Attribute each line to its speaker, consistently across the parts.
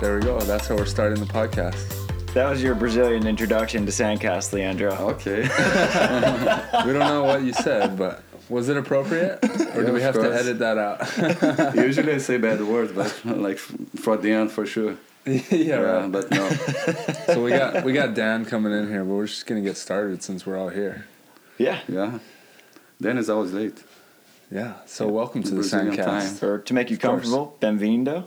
Speaker 1: There we go. That's how we're starting the podcast.
Speaker 2: That was your Brazilian introduction to Sandcast, Leandro.
Speaker 3: Okay.
Speaker 1: We don't know what you said, but was it appropriate? Or
Speaker 3: Yeah,
Speaker 1: do we
Speaker 3: of
Speaker 1: have to
Speaker 3: course.
Speaker 1: edit that out?
Speaker 3: Usually I say bad words, but like for the end for sure.
Speaker 1: yeah,
Speaker 3: Yeah,
Speaker 1: right.
Speaker 3: but no.
Speaker 1: So we got we got Dan coming in here, but we're just gonna get started since we're all here.
Speaker 2: Yeah.
Speaker 3: Yeah. Then it's always late.
Speaker 1: Yeah. So welcome to the
Speaker 3: Brazilian
Speaker 1: Sandcast.
Speaker 2: Or to make you
Speaker 1: course.
Speaker 2: comfortable, benvenido.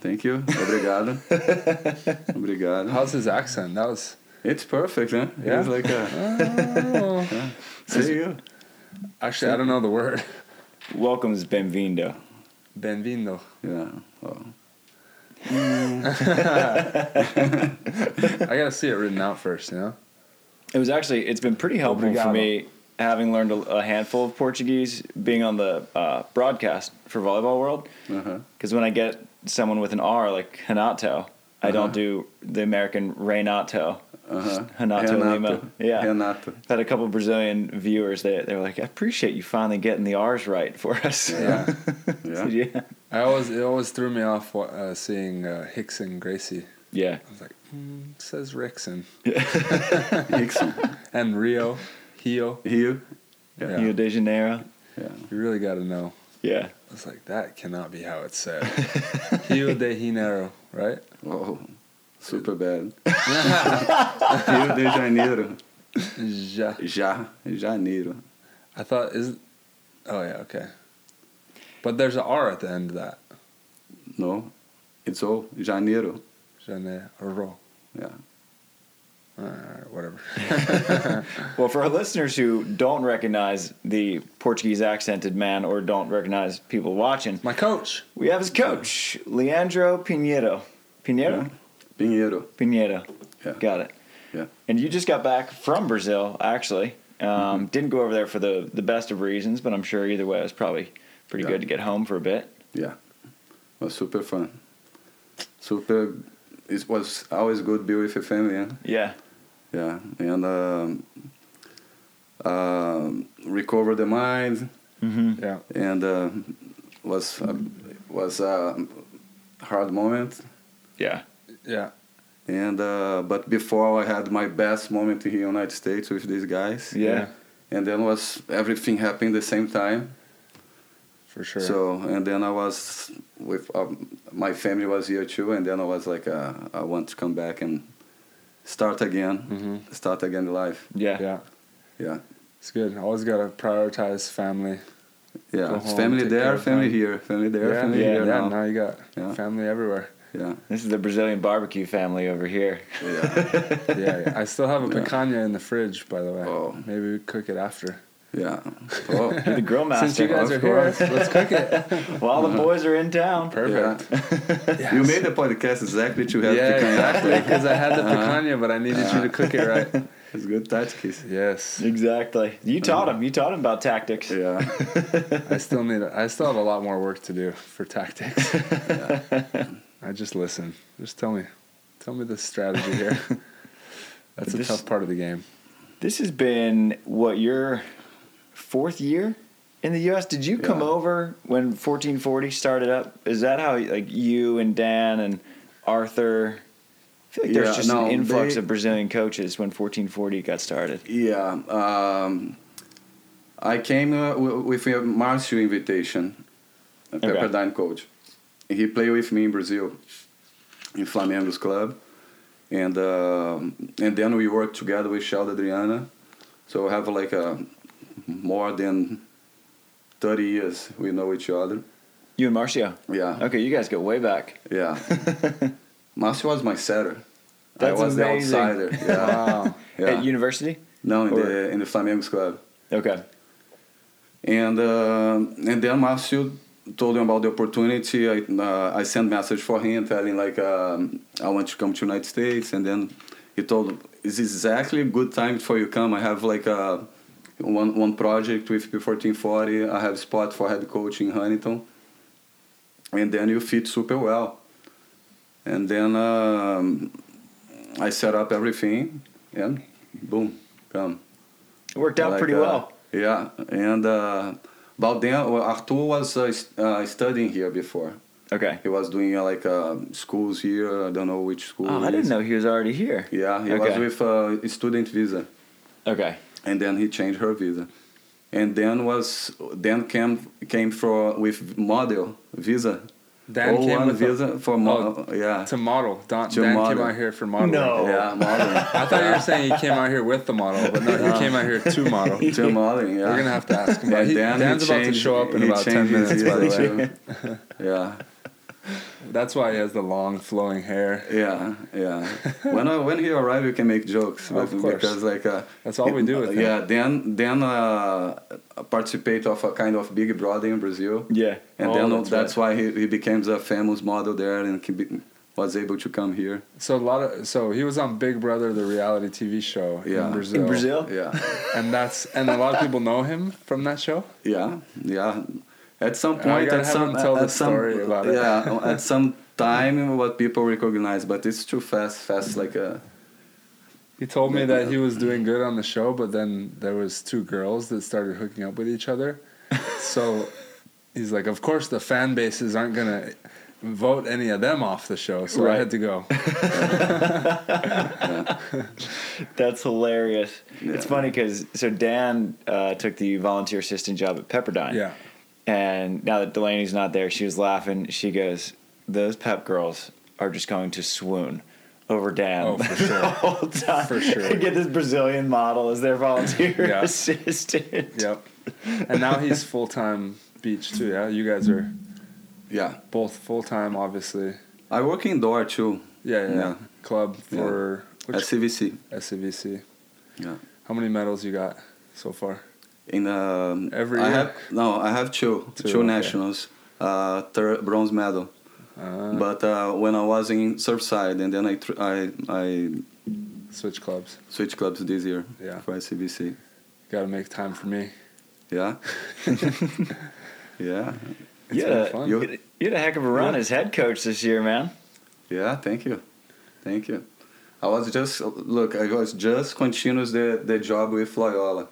Speaker 3: Thank you. Obrigado. Obrigado.
Speaker 1: How's his accent? That was
Speaker 3: It's perfect, huh?
Speaker 1: Yeah.
Speaker 3: It's like a, see you.
Speaker 1: actually I don't know the word.
Speaker 2: Welcomes benvenido.
Speaker 1: Benvindo.
Speaker 3: Yeah. Oh.
Speaker 1: I gotta see it written out first, you know?
Speaker 2: It was actually, it's been pretty helpful for
Speaker 1: Obrigado.
Speaker 2: me having learned a, a handful of Portuguese being on the uh, broadcast for Volleyball World.
Speaker 3: Uh-huh.
Speaker 2: Because when I get someone with an R, like Renato, I don't do the American Renato.
Speaker 3: Uh-huh.
Speaker 2: Renato Lima. Yeah.
Speaker 3: Renato.
Speaker 2: Had a couple Brazilian viewers. They they were like, "I appreciate you finally getting the R's right for us."
Speaker 1: Yeah.
Speaker 3: Yeah.
Speaker 2: yeah,
Speaker 1: I always it always threw me off wa- uh, seeing uh, Hicks and Gracie.
Speaker 2: yeah.
Speaker 1: I was like, hmm, it says Rickson
Speaker 3: Nixon.
Speaker 1: and Rio, Hio.
Speaker 3: You.
Speaker 1: Yeah.
Speaker 2: Rio de Janeiro.
Speaker 3: Yeah.
Speaker 1: You really got to know.
Speaker 2: Yeah,
Speaker 1: I was like, that cannot be how it's said. Rio de Janeiro, right?
Speaker 3: Oh. Super bad. Rio de Janeiro.
Speaker 1: Ja.
Speaker 3: Ja. Janeiro.
Speaker 1: I thought is, oh yeah, okay. But there's an R at the end of that.
Speaker 3: No. It's all Janeiro.
Speaker 1: Janeiro.
Speaker 3: Yeah.
Speaker 1: Alright, whatever.
Speaker 2: Well, for our listeners who don't recognize the Portuguese accented man or don't recognize people watching,
Speaker 1: My coach.
Speaker 2: we have his coach, Leandro Pinheiro. Pinheiro?
Speaker 3: Pinheiro.
Speaker 2: Pinheiro.
Speaker 3: Yeah.
Speaker 2: Got it.
Speaker 3: Yeah.
Speaker 2: And you just got back from Brazil, actually. Um, Didn't go over there for the, the best of reasons, but I'm sure either way it was probably pretty
Speaker 3: Yeah.
Speaker 2: good to get home for a bit.
Speaker 3: Yeah. Was super fun. Super. It was always good be with your family. Huh?
Speaker 2: Yeah.
Speaker 3: Yeah. And um, um recover the mind
Speaker 1: Yeah.
Speaker 3: and uh, was a, was a hard moment.
Speaker 2: Yeah.
Speaker 1: Yeah.
Speaker 3: And uh, but before I had my best moment here in the United States with these guys.
Speaker 2: Yeah.
Speaker 3: And then was everything happened the same time.
Speaker 1: For sure.
Speaker 3: So and then I was with um, my family was here too, and then I was like, uh, I want to come back and start again, start again life.
Speaker 2: Yeah.
Speaker 1: Mm-hmm. yeah.
Speaker 3: Yeah,
Speaker 1: It's good. Always gotta prioritize family.
Speaker 3: yeah.
Speaker 1: Go home,
Speaker 3: family
Speaker 1: take care
Speaker 3: there,
Speaker 1: of
Speaker 3: family
Speaker 1: them.
Speaker 3: here, family there,
Speaker 1: yeah,
Speaker 3: family
Speaker 1: yeah,
Speaker 3: here.
Speaker 1: yeah,
Speaker 3: Yeah,
Speaker 1: now. you got
Speaker 3: Yeah.
Speaker 1: family everywhere.
Speaker 3: yeah,
Speaker 2: This is the Brazilian barbecue family over here.
Speaker 3: yeah,
Speaker 1: yeah, yeah. I still have a
Speaker 3: Yeah.
Speaker 1: picanha in the fridge, by the way.
Speaker 3: Oh.
Speaker 1: Maybe we cook it after.
Speaker 3: yeah. Oh,
Speaker 2: You're the grill master.
Speaker 1: Since you guys are
Speaker 3: of
Speaker 1: here,
Speaker 3: course.
Speaker 1: let's cook it.
Speaker 2: While the boys are in town.
Speaker 1: Perfect.
Speaker 3: yeah. You made the podcast exactly to
Speaker 1: Yeah,
Speaker 3: have Uh-huh. yeah,
Speaker 1: exactly. Because I had the picanha, but I needed you to cook it right.
Speaker 3: It's good tactics.
Speaker 1: Yes,
Speaker 2: Exactly. You taught him. You taught him about tactics.
Speaker 3: Yeah,
Speaker 1: I still need. I still have a lot more work to do for tactics. I just listen. Just tell me, tell me the strategy here. That's a
Speaker 2: This-
Speaker 1: tough part of the game.
Speaker 2: This has been what your fourth year in the U.S. Did you come
Speaker 3: Yeah.
Speaker 2: over when 1440 started up? Is that how like you and Dan and Arthur? I feel like
Speaker 3: Yeah,
Speaker 2: there's just
Speaker 3: no,
Speaker 2: an influx
Speaker 3: they-
Speaker 2: of Brazilian coaches when 1440 got started.
Speaker 3: yeah. Um, I came uh, w- with a Marcio invitation, a
Speaker 2: Okay.
Speaker 3: Pepperdine coach. He played with me in Brazil, in Flamengo's club, and um and then we worked together with Sheldon Adriana. So we have like a more than thirty years we know each other.
Speaker 2: You and Marcio.
Speaker 3: Yeah,
Speaker 2: Okay, you guys go way back.
Speaker 3: yeah. Marcio was my setter.
Speaker 2: That's
Speaker 3: I was
Speaker 2: amazing.
Speaker 3: the outsider. Yeah,
Speaker 1: Wow.
Speaker 3: yeah.
Speaker 2: At university.
Speaker 3: no, in
Speaker 2: or-
Speaker 3: the in the Flamengo's club.
Speaker 2: Okay.
Speaker 3: and uh, and then Marcio told him about the opportunity. I uh, I sent message for him telling like um, I want to come to United States, and then he told is exactly a good time for you come. I have like a one one project with P fourteen forty. I have spot for head coach in Huntington, and then you fit super well. And then um, I set up everything, and boom, come.
Speaker 2: It worked out
Speaker 3: Like,
Speaker 2: pretty
Speaker 3: uh,
Speaker 2: well.
Speaker 3: Yeah, and uh, about then, well, Arthur was uh, st- uh, studying here before.
Speaker 2: Okay.
Speaker 3: He was doing uh, like uh, schools here. I don't know which school.
Speaker 2: Oh, I
Speaker 3: it
Speaker 2: didn't
Speaker 3: is.
Speaker 2: know he was already here.
Speaker 3: Yeah, he was
Speaker 2: Okay.
Speaker 3: with uh, a student visa,
Speaker 2: Okay.
Speaker 3: and then he changed her visa, and then was then came came for with model visa.
Speaker 1: Dan
Speaker 3: O1
Speaker 1: came with Oh. a-
Speaker 3: visa for model. yeah. Oh.
Speaker 1: To model. Don,
Speaker 3: Oh, To
Speaker 1: Dan
Speaker 3: model.
Speaker 1: came out here for modeling.
Speaker 2: No.
Speaker 3: Yeah, modeling.
Speaker 1: I thought you were saying he came out here with the model, but no, he came out here to model.
Speaker 3: to modeling. Yeah.
Speaker 1: We're gonna have to ask him.
Speaker 3: And
Speaker 1: But he,
Speaker 3: then he
Speaker 1: Dan's about to
Speaker 3: changed-
Speaker 1: show up in
Speaker 3: he
Speaker 1: about ten
Speaker 3: changed
Speaker 1: minutes.
Speaker 3: his
Speaker 1: By the way,
Speaker 3: visa. yeah.
Speaker 1: that's why he has the long flowing hair.
Speaker 3: Yeah, yeah. when I, when he arrived, you can make jokes,
Speaker 1: Of
Speaker 3: but
Speaker 1: course.
Speaker 3: because like uh,
Speaker 1: That's all we do with him.
Speaker 3: yeah. Then then uh, participate of a kind of Big Brother in Brazil,
Speaker 2: Yeah.
Speaker 3: and
Speaker 1: Oh,
Speaker 3: then
Speaker 1: that's
Speaker 3: that's, why he, he became a famous model there and can be, was able to come here.
Speaker 1: So a lot of so he was on Big Brother, the reality TV show
Speaker 3: Yeah.
Speaker 1: in Brazil.
Speaker 2: In Brazil?
Speaker 3: Yeah,
Speaker 1: and that's and a lot of people know him from that show.
Speaker 3: yeah, yeah. At some
Speaker 1: I
Speaker 3: point,
Speaker 1: gotta
Speaker 3: at
Speaker 1: have
Speaker 3: some
Speaker 1: him tell
Speaker 3: at
Speaker 1: the
Speaker 3: some,
Speaker 1: story about it.
Speaker 3: Yeah, at some time, what people recognize, but it's too fast, fast like uh, a.
Speaker 1: He told me
Speaker 3: Yeah.
Speaker 1: that he was doing good on the show, but then there was two girls that started hooking up with each other. So he's like, "Of course, the fan bases aren't gonna vote any of them off the show." So I
Speaker 2: Right.
Speaker 1: had to go.
Speaker 2: That's hilarious. It's
Speaker 3: Yeah.
Speaker 2: funny because so Dan uh, took the volunteer assistant job at Pepperdine.
Speaker 1: Yeah,
Speaker 2: And now that Delaney's not there, she was laughing. She goes, "Those Pep girls are just going to swoon over Dan
Speaker 1: Oh, for sure.
Speaker 2: the whole time.
Speaker 1: For sure.
Speaker 2: They get this Brazilian model as their volunteer
Speaker 1: Yeah.
Speaker 2: assistant.
Speaker 1: yep. And now he's full time beach too. Yeah, you guys are
Speaker 3: Yeah,
Speaker 1: both full time, obviously.
Speaker 3: I work indoor too
Speaker 1: Yeah, yeah.
Speaker 3: Yeah.
Speaker 1: Club for
Speaker 3: at
Speaker 1: which
Speaker 3: CVC.
Speaker 1: SCVC.
Speaker 3: Yeah.
Speaker 1: How many medals you got so far?
Speaker 3: in um,
Speaker 1: Every
Speaker 3: I
Speaker 1: year?
Speaker 3: have no, I have two,
Speaker 1: Two,
Speaker 3: two
Speaker 1: okay.
Speaker 3: nationals, uh, third bronze medal.
Speaker 1: Uh,
Speaker 3: But uh, when I was in Surfside, and then I tr- I I
Speaker 1: switch clubs.
Speaker 3: switched clubs this year
Speaker 1: Yeah.
Speaker 3: for ICBC.
Speaker 1: Got to make time for me.
Speaker 3: Yeah, yeah,
Speaker 2: You
Speaker 1: been
Speaker 2: had, a,
Speaker 1: fun.
Speaker 2: you, had a- you had a heck of a run as head coach this year, man.
Speaker 3: yeah. Thank you, thank you. I was just look. I was just continues the the job with Loyola,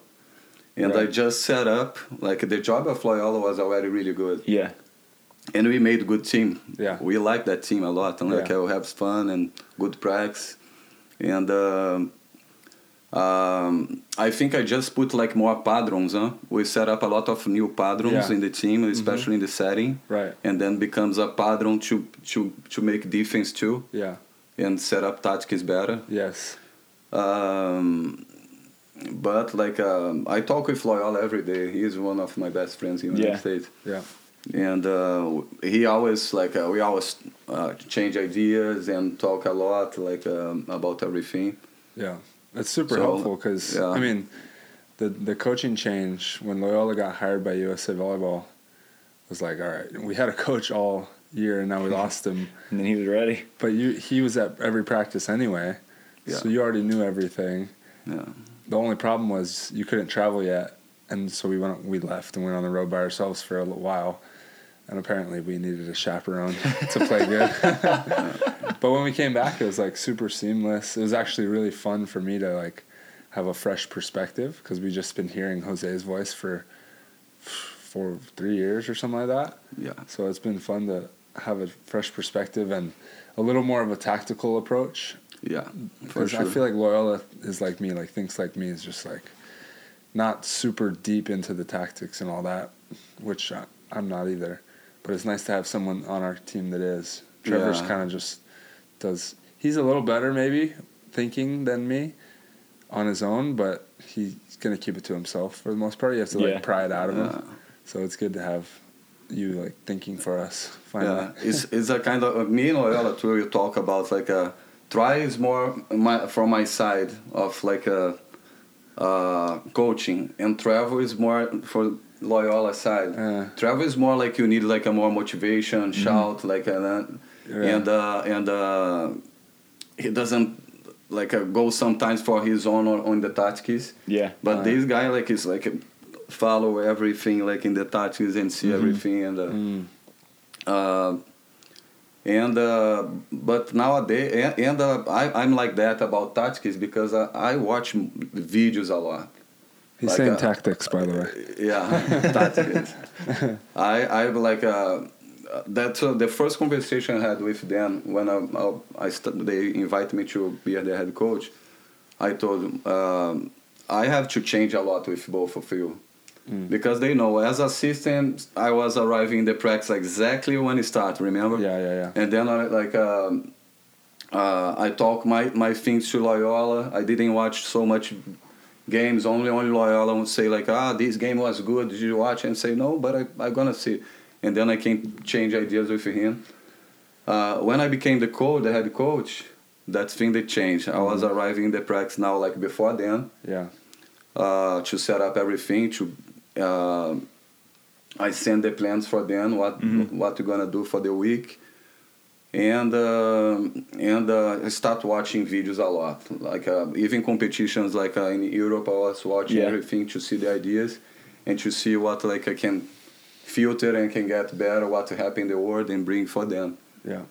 Speaker 3: and I
Speaker 1: Right.
Speaker 3: just set up like the job of Loyola was already really good.
Speaker 2: Yeah.
Speaker 3: and we made good team.
Speaker 1: Yeah.
Speaker 3: we like that team a lot, and like
Speaker 1: Yeah.
Speaker 3: we have fun and good practice. And um, um, I think I just put like more padrons. Huh? We set up a lot of new padrons
Speaker 1: Yeah. Mm-hmm.
Speaker 3: in the team, especially in the setting,
Speaker 1: Right.
Speaker 3: and then becomes a padron to to to make defense too
Speaker 1: Yeah.
Speaker 3: and set up tactics better.
Speaker 1: Yes.
Speaker 3: Um, but like um, I talk with Loyola every day. He is one of my best friends in the
Speaker 2: Yeah.
Speaker 3: United States
Speaker 1: Yeah.
Speaker 3: and uh, he always like uh, we always uh, change ideas and talk a lot like um, about everything
Speaker 1: Yeah. That's super
Speaker 3: So,
Speaker 1: helpful 'cause helpful because
Speaker 3: yeah.
Speaker 1: I mean, the the coaching change when Loyola got hired by USA Volleyball was like, all right, we had a coach all year and now we lost him,
Speaker 2: And then he was ready.
Speaker 1: but you he was at every practice anyway, so
Speaker 3: Yeah.
Speaker 1: you already knew everything.
Speaker 3: yeah
Speaker 1: The only problem was you couldn't travel yet, and so we went we left and went on the road by ourselves for a little while, and apparently we needed a chaperone to play good. but when we came back, it was like super seamless. It was actually really fun for me to like have a fresh perspective because we just been hearing Jose's voice for for three years or something like that.
Speaker 3: yeah
Speaker 1: So it's been fun to have a fresh perspective and a little more of a tactical approach
Speaker 3: yeah for
Speaker 1: because
Speaker 3: sure
Speaker 1: I feel like Loyola is like me, like thinks like me is just like not super deep into the tactics and all that, which I, I'm not either. But it's nice to have someone on our team that is. Trevor's
Speaker 3: Yeah.
Speaker 1: kind of just does. He's a little better maybe thinking than me on his own, but he's gonna keep it to himself for the most part. You have to like
Speaker 2: Yeah.
Speaker 1: pry it out of
Speaker 3: Yeah.
Speaker 1: him. So it's good to have you like thinking for us finally.
Speaker 3: yeah it's it's a kind of me and Loyola too you talk about like uh try is more my from my side of like uh uh coaching and travel is more for Loyola side
Speaker 1: Uh.
Speaker 3: travel is more like you need like a more motivation
Speaker 1: Mm-hmm.
Speaker 3: shout like and uh,
Speaker 1: Yeah.
Speaker 3: and uh, and uh, he doesn't like uh, go sometimes for his own or on the tactics.
Speaker 2: Yeah.
Speaker 3: But
Speaker 1: Ah.
Speaker 3: this guy like is like follow everything like in the tactics and see everything and uh,
Speaker 1: Mm.
Speaker 3: uh, and uh, but nowadays and, and uh, I I'm like that about tactics because I, I watch m- videos a lot.
Speaker 1: He's
Speaker 3: Like
Speaker 1: saying
Speaker 3: a-
Speaker 1: tactics, by the way.
Speaker 3: Yeah, tactics. I I like uh, uh, that's uh, the first conversation I had with them when I, I, I st- they invited me to be the head coach. I told them, um, I have to change a lot with both of you. Because they know, as assistant, I was arriving in the practice exactly when it started. Remember?
Speaker 1: Yeah, yeah, yeah.
Speaker 3: And then I like um, uh, I talk my, my things to Loyola. I didn't watch so much games. Only only Loyola would say like, ah, this game was good. Did you watch? And say no, but I I gonna see. And then I can change ideas with him. Uh, when I became the coach, the head coach, that thing they changed. I was arriving in the practice now like before then
Speaker 1: yeah.
Speaker 3: uh, to set up everything. To uh, I send the plans for them. What what you're gonna do for the week, and uh, and uh, I start watching videos a lot. Like uh, even competitions like uh, in Europe, I was watching
Speaker 2: Yeah.
Speaker 3: everything to see the ideas and to see what like I can filter and can get better. What happen in the world and bring for them
Speaker 1: Yeah.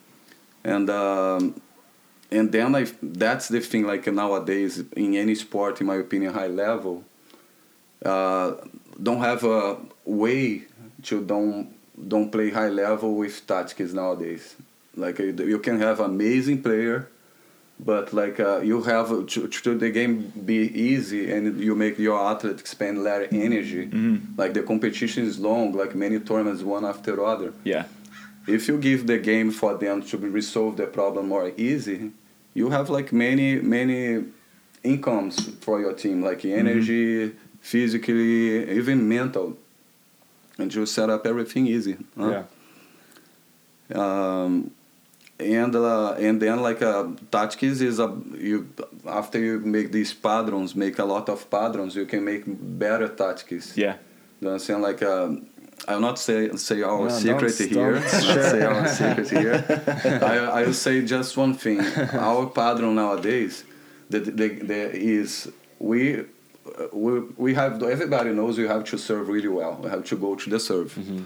Speaker 3: and um, and then I that's the thing like nowadays in any sport in my opinion high level uh, don't have a way to don't don't play high level with tactics nowadays like you you can have amazing player but like uh, you have to, to the game be easy and you make your athlete expend their energy like the competition is long like many tournaments one after other
Speaker 2: Yeah.
Speaker 3: if you give the game for them to be- resolve the problem more easy, you have like many many incomes for your team, like energy, physically, even mental, and you set up everything easy. huh?
Speaker 1: Yeah.
Speaker 3: um, and uh, and then like uh, tactics is a you after you make these patterns, make a lot of patterns, you can make better tactics.
Speaker 2: Yeah.
Speaker 3: You know what I'm saying? Like, um, I'll not say say our
Speaker 1: No,
Speaker 3: secret
Speaker 1: don't-
Speaker 3: here.
Speaker 1: don't.
Speaker 3: I'll not say our secret here. I, I'll say just one thing. Our padron nowadays, the, the, the is we. uh, We, we have everybody knows you have to serve really well. You have to go to the serve,
Speaker 1: Mm-hmm.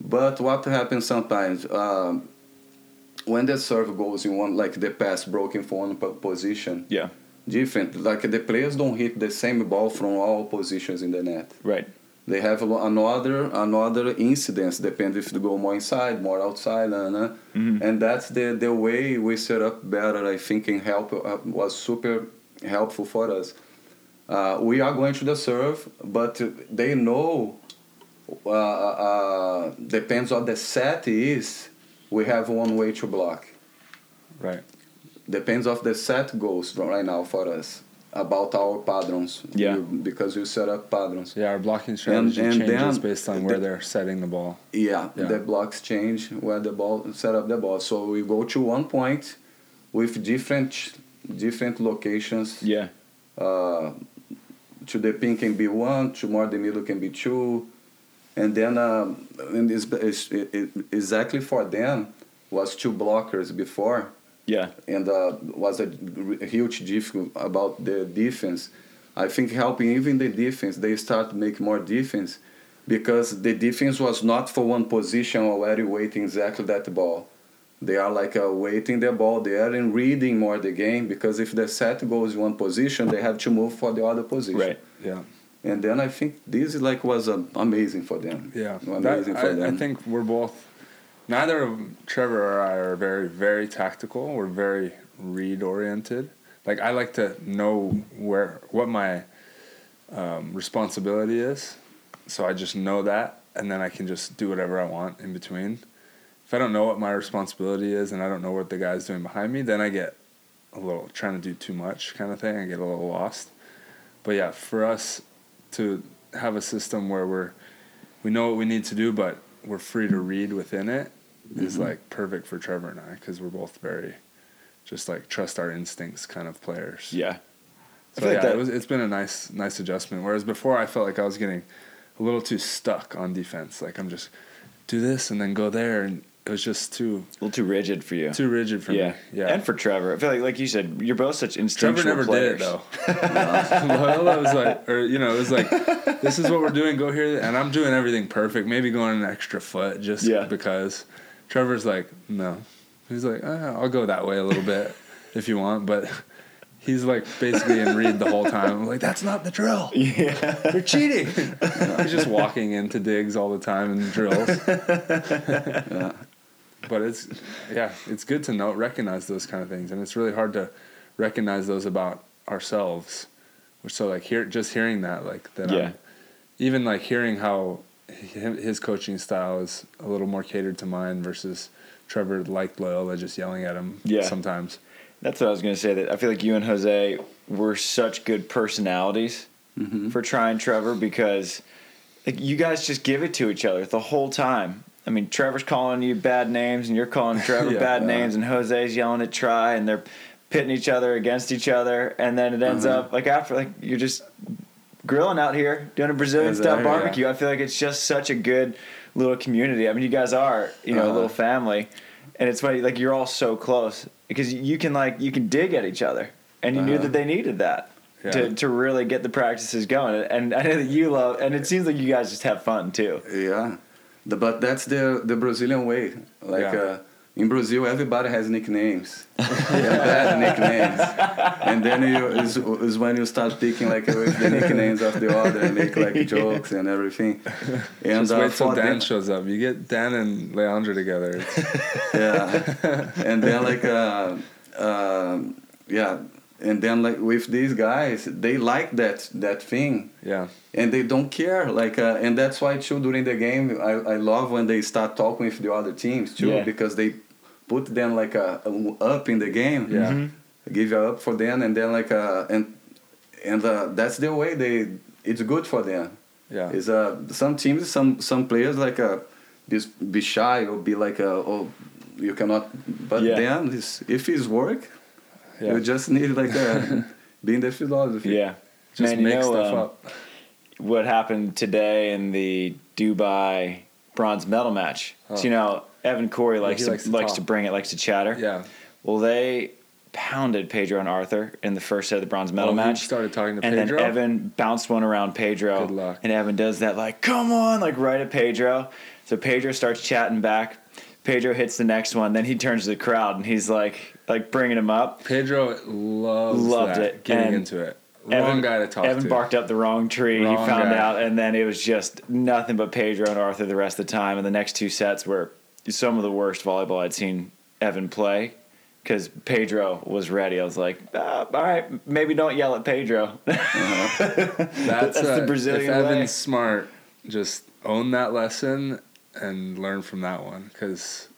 Speaker 3: but what happens sometimes um, when the serve goes in one like the pass broken for one po- position,
Speaker 2: Yeah.
Speaker 3: different like the players don't hit the same ball from all positions in the net
Speaker 2: Right.
Speaker 3: they have lo- another another incidence depending if they go more inside more outside and, uh, and that's the the way we set up better i think and help uh, was super helpful for us uh, we are going to the serve but they know uh, uh, depends on the set is we have one way to block
Speaker 1: Right.
Speaker 3: depends of the set goals right now for us about our patterns
Speaker 2: Yeah.
Speaker 3: You- because you set up patterns
Speaker 1: Yeah. Our blocking strategy
Speaker 3: and
Speaker 1: changes
Speaker 3: then
Speaker 1: based on where
Speaker 3: the-
Speaker 1: they're setting the ball.
Speaker 3: Yeah,
Speaker 1: Yeah.
Speaker 3: the blocks change where the ball set up the ball. So we go to one point with different different locations.
Speaker 2: Yeah.
Speaker 3: Uh, to the pin can be one, to more the middle can be two, and then uh, and it's, it's, it, exactly for them was two blockers before
Speaker 2: Yeah.
Speaker 3: and uh, was a r- huge difference about the defense. I think helping even the defense, they start to make more defense because the defense was not for one position already waiting exactly that ball. They are like uh, waiting the ball there and reading more the game because if the set goes one position, they have to move for the other position.
Speaker 2: Right.
Speaker 1: Yeah.
Speaker 3: And then I think this is like was um, amazing for them.
Speaker 1: Yeah, that,
Speaker 3: amazing for
Speaker 1: I, I
Speaker 3: them.
Speaker 1: think we're both. Neither of Trevor or I are very, very tactical. We're very read oriented. Like I like to know where what my um, responsibility is, so I just know that, and then I can just do whatever I want in between. If I don't know what my responsibility is, and I don't know what the guy's doing behind me, then I get a little trying to do too much kind of thing. I get a little lost. But yeah, for us to have a system where we're we know what we need to do, but we're free to read within it is
Speaker 2: Mm-hmm.
Speaker 1: like perfect for Trevor and I because we're both very just like trust our instincts kind of players.
Speaker 2: Yeah.
Speaker 1: so
Speaker 2: I feel like
Speaker 1: yeah,
Speaker 2: that-
Speaker 1: it was, it's been a nice nice adjustment. Whereas before, I felt like I was getting a little too stuck on defense. Like I'm just do this and then go there, and it was just too
Speaker 2: A little too rigid for you.
Speaker 1: too rigid for
Speaker 2: yeah.
Speaker 1: me. Yeah,
Speaker 2: And for Trevor, I feel like, like you said, you're both such instinctual
Speaker 1: Trevor never
Speaker 2: players.
Speaker 1: did it though. Loyola was like, or you know, it was like, this is what we're doing. Go here, and I'm doing everything perfect. Maybe going an extra foot just
Speaker 2: Yeah.
Speaker 1: because. "Ah, Trevor's like, no. He's like, uh, I'll go that way a little bit if you want, but He's like basically in read the whole time. I'm like, that's not the drill.
Speaker 2: Yeah.
Speaker 1: You're cheating. He's just walking into digs all the time and drills. But it's yeah, it's good to know recognize those kind of things, and it's really hard to recognize those about ourselves. So like here, just hearing that, like that,
Speaker 2: Yeah.
Speaker 1: I'm, even like hearing how hi- his coaching style is a little more catered to mine versus Trevor liked Loyola just yelling at him
Speaker 2: Yeah.
Speaker 1: sometimes.
Speaker 2: That's what I was going to say. That I feel like you and Jose were such good personalities
Speaker 3: Mm-hmm.
Speaker 2: for trying Trevor because like, you guys just give it to each other the whole time. I mean, Trevor's calling you bad names, and you're calling Trevor
Speaker 1: Yeah.
Speaker 3: uh-huh.
Speaker 2: bad names, and Jose's yelling at Try, and they're pitting each other against each other, and then it ends
Speaker 3: Uh-huh.
Speaker 2: up like after like you're just grilling out here doing a Brazilian style
Speaker 3: Exactly, yeah.
Speaker 2: barbecue. I feel like it's just such a good little community. I mean, you guys are you know a
Speaker 3: Uh-huh.
Speaker 2: little family, and it's funny like you're all so close because you can like you can dig at each other, and you knew
Speaker 3: Uh-huh.
Speaker 2: that they needed that.
Speaker 1: Yeah.
Speaker 2: To, to really get the practices going, and I know that you love, and it seems like you guys just have fun too.
Speaker 3: Yeah, the, but that's the the Brazilian way. Like
Speaker 1: Yeah.
Speaker 3: uh, in Brazil, everybody has nicknames, and bad nicknames, and then you is, is when you start picking like with the nicknames of the other and make like jokes and everything. And uh,
Speaker 1: Just wait till
Speaker 3: for
Speaker 1: Dan
Speaker 3: them-
Speaker 1: shows up. You get Dan and Leandro together. It's-
Speaker 3: yeah and then like uh, uh, yeah and then like with these guys they like that that thing
Speaker 1: yeah.
Speaker 3: and they don't care like uh, and that's why too during the game I, I love when they start talking with the other teams too
Speaker 2: Yeah.
Speaker 3: because they put them like uh, up in the game
Speaker 1: Yeah. Mhm.
Speaker 3: give you up for them and then like uh, and and uh, that's the way they it's good for them
Speaker 1: Yeah.
Speaker 3: is uh some teams some some players like uh just be shy or be like uh, oh you cannot but
Speaker 2: Yeah.
Speaker 3: then it's, if it's work
Speaker 1: Yeah.
Speaker 3: you just need like uh being the philosophy
Speaker 2: Yeah,
Speaker 1: Just
Speaker 2: Man, you
Speaker 1: make
Speaker 2: know,
Speaker 1: stuff
Speaker 2: um,
Speaker 1: up.
Speaker 2: what happened today in the Dubai bronze medal match. So you know, Evan Corey likes
Speaker 1: he
Speaker 2: to,
Speaker 1: likes
Speaker 2: likes,
Speaker 1: to
Speaker 2: to,
Speaker 1: talk.
Speaker 2: bring it, likes to chatter.
Speaker 1: Yeah.
Speaker 2: Well, they pounded Pedro and Arthur in the first set of the bronze medal
Speaker 1: Oh, he
Speaker 2: match.
Speaker 1: started talking to
Speaker 2: and
Speaker 1: Pedro?
Speaker 2: then Evan bounced one around Pedro.
Speaker 1: Good luck.
Speaker 2: And Evan does that like, come on, like right at Pedro. So Pedro starts chatting back. Pedro hits the next one. Then he turns to the crowd and he's like, like bringing him up.
Speaker 1: Pedro loves
Speaker 2: Loved
Speaker 1: that,
Speaker 2: it,
Speaker 1: Getting
Speaker 2: and
Speaker 1: into it. Wrong guy to talk
Speaker 2: Evan
Speaker 1: to.
Speaker 2: barked up the wrong tree.
Speaker 1: Wrong
Speaker 2: he found
Speaker 1: guy.
Speaker 2: out, and then it was just nothing but Pedro and Arthur the rest of the time. And the next two sets were some of the worst volleyball I'd seen Evan play because Pedro was ready. I was like, ah, all right, maybe don't yell at Pedro.
Speaker 1: That's,
Speaker 2: That's the
Speaker 1: uh, If
Speaker 2: Brazilian
Speaker 1: Evan's
Speaker 2: way.
Speaker 1: smart, just own that lesson and learn from that one because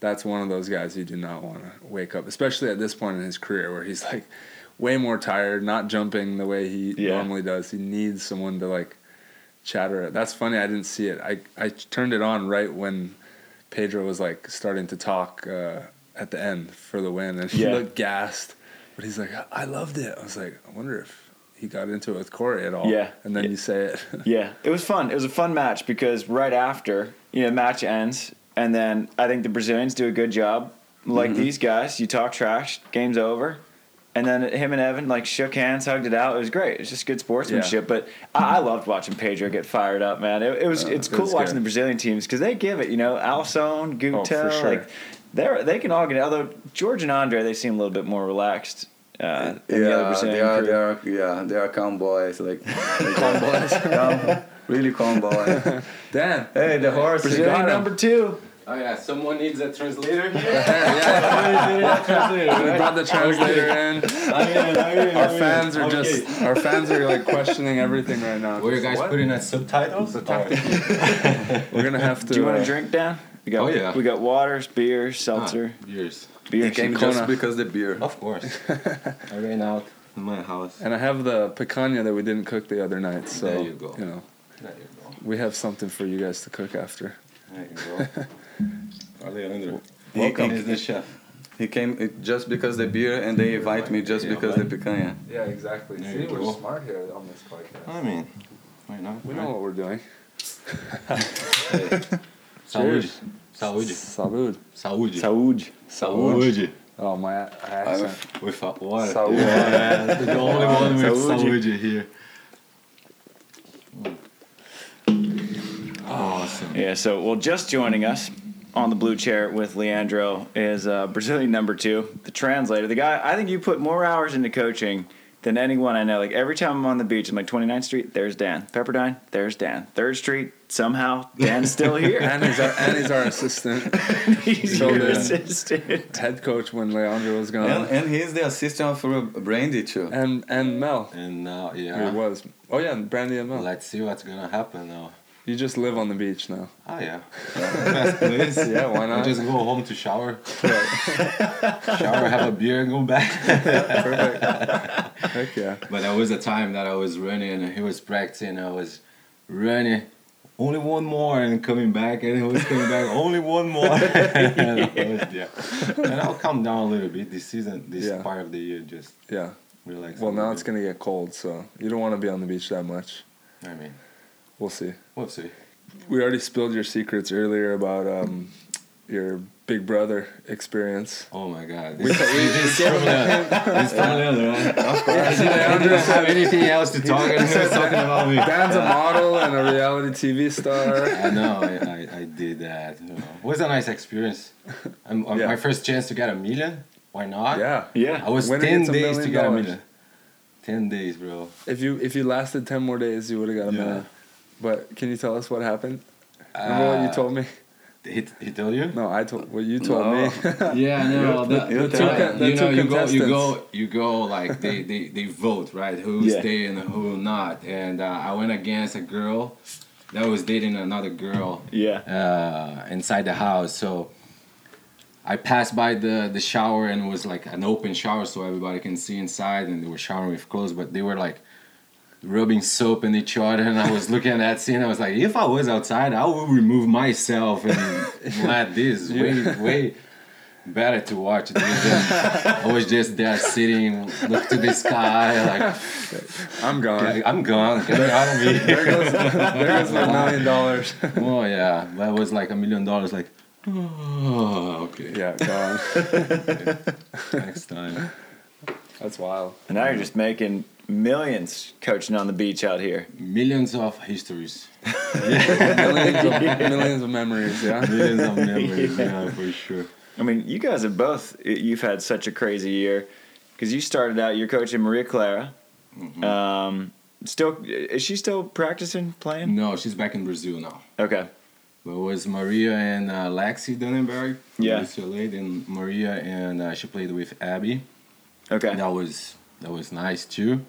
Speaker 1: that's one of those guys you do not want to wake up, especially at this point in his career where he's like way more tired, not jumping the way he
Speaker 2: Yeah.
Speaker 1: normally does. He needs someone to like chatter it. That's funny. I didn't see it. I I turned it on right when Pedro was like starting to talk uh, at the end for the win, and he
Speaker 2: Yeah.
Speaker 1: looked gassed. But he's like, I loved it. I was like, I wonder if he got into it with Corey at all.
Speaker 2: Yeah.
Speaker 1: And then you say it.
Speaker 2: yeah, it was fun. It was a fun match because right after, you know, the match ends, and then I think the Brazilians do a good job. Like
Speaker 3: Mm-hmm.
Speaker 2: these guys, you talk trash, game's over. And then him and Evan like shook hands, hugged it out. It was great. It's just good sportsmanship. But I, I loved watching Pedro get fired up, man. It, it
Speaker 3: Uh,
Speaker 2: was it's
Speaker 1: it
Speaker 2: cool
Speaker 1: was
Speaker 2: watching
Speaker 1: good.
Speaker 2: the Brazilian teams because they give it. You know,
Speaker 3: Oh,
Speaker 2: Alson, Gutel,
Speaker 1: sure.
Speaker 2: like they they can all get. it. Although George and Andre, they seem a little bit more relaxed uh, than the other
Speaker 3: yeah,
Speaker 2: Brazilian
Speaker 3: they are,
Speaker 2: crew.
Speaker 3: they are, yeah, they are calm boys, like calm boys, calm, really calm boys.
Speaker 1: Dan.
Speaker 3: Hey, the horse, you
Speaker 2: Brazilian
Speaker 3: got him.
Speaker 2: number two.
Speaker 4: Oh yeah, someone needs a translator here.
Speaker 1: We brought the translator in. Our fans are just our fans are like questioning everything right now.
Speaker 4: Were you guys putting a subtitles?
Speaker 1: We're gonna have to
Speaker 2: Do you want
Speaker 1: uh,
Speaker 2: to drink, Dan? We got,
Speaker 4: Oh, yeah.
Speaker 2: We got waters, beer, seltzer,
Speaker 4: Years.
Speaker 2: beer.
Speaker 3: He came
Speaker 1: Kona.
Speaker 3: just because the beer.
Speaker 4: Of course. I ran out in my house.
Speaker 1: and I have the picanha that we didn't cook the other night, so
Speaker 4: There you go.
Speaker 1: you know.
Speaker 4: There you go.
Speaker 1: We have something for you guys to cook after.
Speaker 4: There you go. Alejandro.
Speaker 3: Welcome.
Speaker 4: He's the chef.
Speaker 3: He came it, just because the beer, and they invite me just
Speaker 4: Yeah,
Speaker 3: because the
Speaker 4: right.
Speaker 3: picanha.
Speaker 1: Yeah, exactly.
Speaker 4: There See, you we're go.
Speaker 1: smart here on this podcast.
Speaker 4: I mean, why not?
Speaker 1: We know what we're doing.
Speaker 4: Saúde.
Speaker 1: Cheers.
Speaker 4: Saúde.
Speaker 1: Salud.
Speaker 4: Saúde.
Speaker 2: Saúde.
Speaker 4: Saúde.
Speaker 1: Oh my accent.
Speaker 4: Without water.
Speaker 1: Saúde.
Speaker 4: Yeah, the only one with
Speaker 2: Saúde.
Speaker 4: saúde Mm. here. Awesome.
Speaker 2: Yeah. So, well, just joining us, on the blue chair with Leandro is uh, Brazilian number two, the translator. The guy, I think you put more hours into coaching than anyone I know. Like every time I'm on the beach, I'm like 29th Street, there's Dan. Pepperdine, there's Dan. Third Street, somehow Dan's still here.
Speaker 1: And he's our, and he's our assistant
Speaker 2: He's
Speaker 1: So
Speaker 2: your
Speaker 1: good.
Speaker 2: assistant.
Speaker 1: head coach when Leandro was gone,
Speaker 3: And,
Speaker 1: and
Speaker 3: and he's the assistant for Brandy too.
Speaker 1: and, Mel.
Speaker 4: And now,
Speaker 1: who
Speaker 4: yeah.
Speaker 1: It was. Oh yeah, and Brandy and Mel.
Speaker 4: Let's see what's gonna happen now.
Speaker 1: you just live on the beach now.
Speaker 4: Oh yeah. Best place.
Speaker 1: Yeah, why not?
Speaker 4: Just go home to shower. shower, have a beer, and go back.
Speaker 1: Perfect. Heck yeah.
Speaker 4: But there was a time that I was running, and he was practicing. I was running. Only one more and coming back, and he was coming back. Only one more. and, I was, yeah. and I'll calm down a little bit this season, this
Speaker 1: Yeah.
Speaker 4: part of the year. Just
Speaker 1: Yeah.
Speaker 4: relax.
Speaker 1: Well, now it's gonna get cold, so you don't want to be on the beach that much.
Speaker 4: gonna. I mean,
Speaker 1: We'll see.
Speaker 4: we'll see.
Speaker 1: We already spilled your secrets earlier about um, your Big Brother experience.
Speaker 4: Oh my God!
Speaker 1: We,
Speaker 4: This,
Speaker 1: we,
Speaker 4: this is from the, this is from the, right? I
Speaker 1: Leandro
Speaker 4: didn't have anything else to talk. and he was talking about me.
Speaker 1: Dan's a model and a reality TV star.
Speaker 4: I know, I, I, I did that. You know. It was a nice experience. I'm, I'm-
Speaker 1: Yeah.
Speaker 4: My first chance to get a million. Why not?
Speaker 1: Yeah.
Speaker 4: I
Speaker 2: Yeah.
Speaker 4: was
Speaker 1: Winner
Speaker 4: 10
Speaker 1: gets a
Speaker 4: days to
Speaker 1: million
Speaker 4: get a
Speaker 1: dollars.
Speaker 4: million. 10 days, bro.
Speaker 1: If you if you lasted ten more days, you would have got a
Speaker 4: Yeah.
Speaker 1: million. But can you tell us what happened? Remember what you
Speaker 4: Uh,
Speaker 1: told me?
Speaker 4: He, he told you?
Speaker 1: No, I told what you told
Speaker 3: No.
Speaker 1: me.
Speaker 4: Yeah, no,
Speaker 3: the- the two
Speaker 1: con- the
Speaker 4: you know,
Speaker 1: two
Speaker 4: you go, you go, you go. Like they, they, they vote, right? Who
Speaker 2: Yeah.
Speaker 4: stay and who not. And uh, I went against a girl that was dating another girl.
Speaker 2: Yeah.
Speaker 4: uh, inside the house. So I passed by the the shower and it was like an open shower, so everybody can see inside. And they were showering with clothes, but they were like rubbing soap in each other. And I was looking at that scene. I was like, if I was outside, I would remove myself and let this way way. Better to watch this than I was just there sitting, look to the sky, like
Speaker 1: I'm gone.
Speaker 4: I'm gone. Get me out of here.
Speaker 1: There goes, there goes my million dollars.
Speaker 4: Oh yeah, that was like a million dollars. Like, oh, okay,
Speaker 1: Yeah, gone.
Speaker 4: next time.
Speaker 1: That's wild.
Speaker 2: And now you're just making millions coaching on the beach out here.
Speaker 4: Millions of histories,
Speaker 1: Millions of, millions of memories. Yeah.
Speaker 4: millions of memories. yeah. for sure.
Speaker 2: I mean, you guys have both. You've had such a crazy year because you started out. You're coaching Maria Clara. Um, still, is she still practicing playing?
Speaker 4: No, she's back in Brazil now.
Speaker 2: Okay.
Speaker 4: But it was Maria and uh, Lexi Dunnenberg from
Speaker 2: Yeah.
Speaker 4: UCLA. Then Maria and uh, she played with Abby.
Speaker 2: Okay.
Speaker 4: That was that was nice too.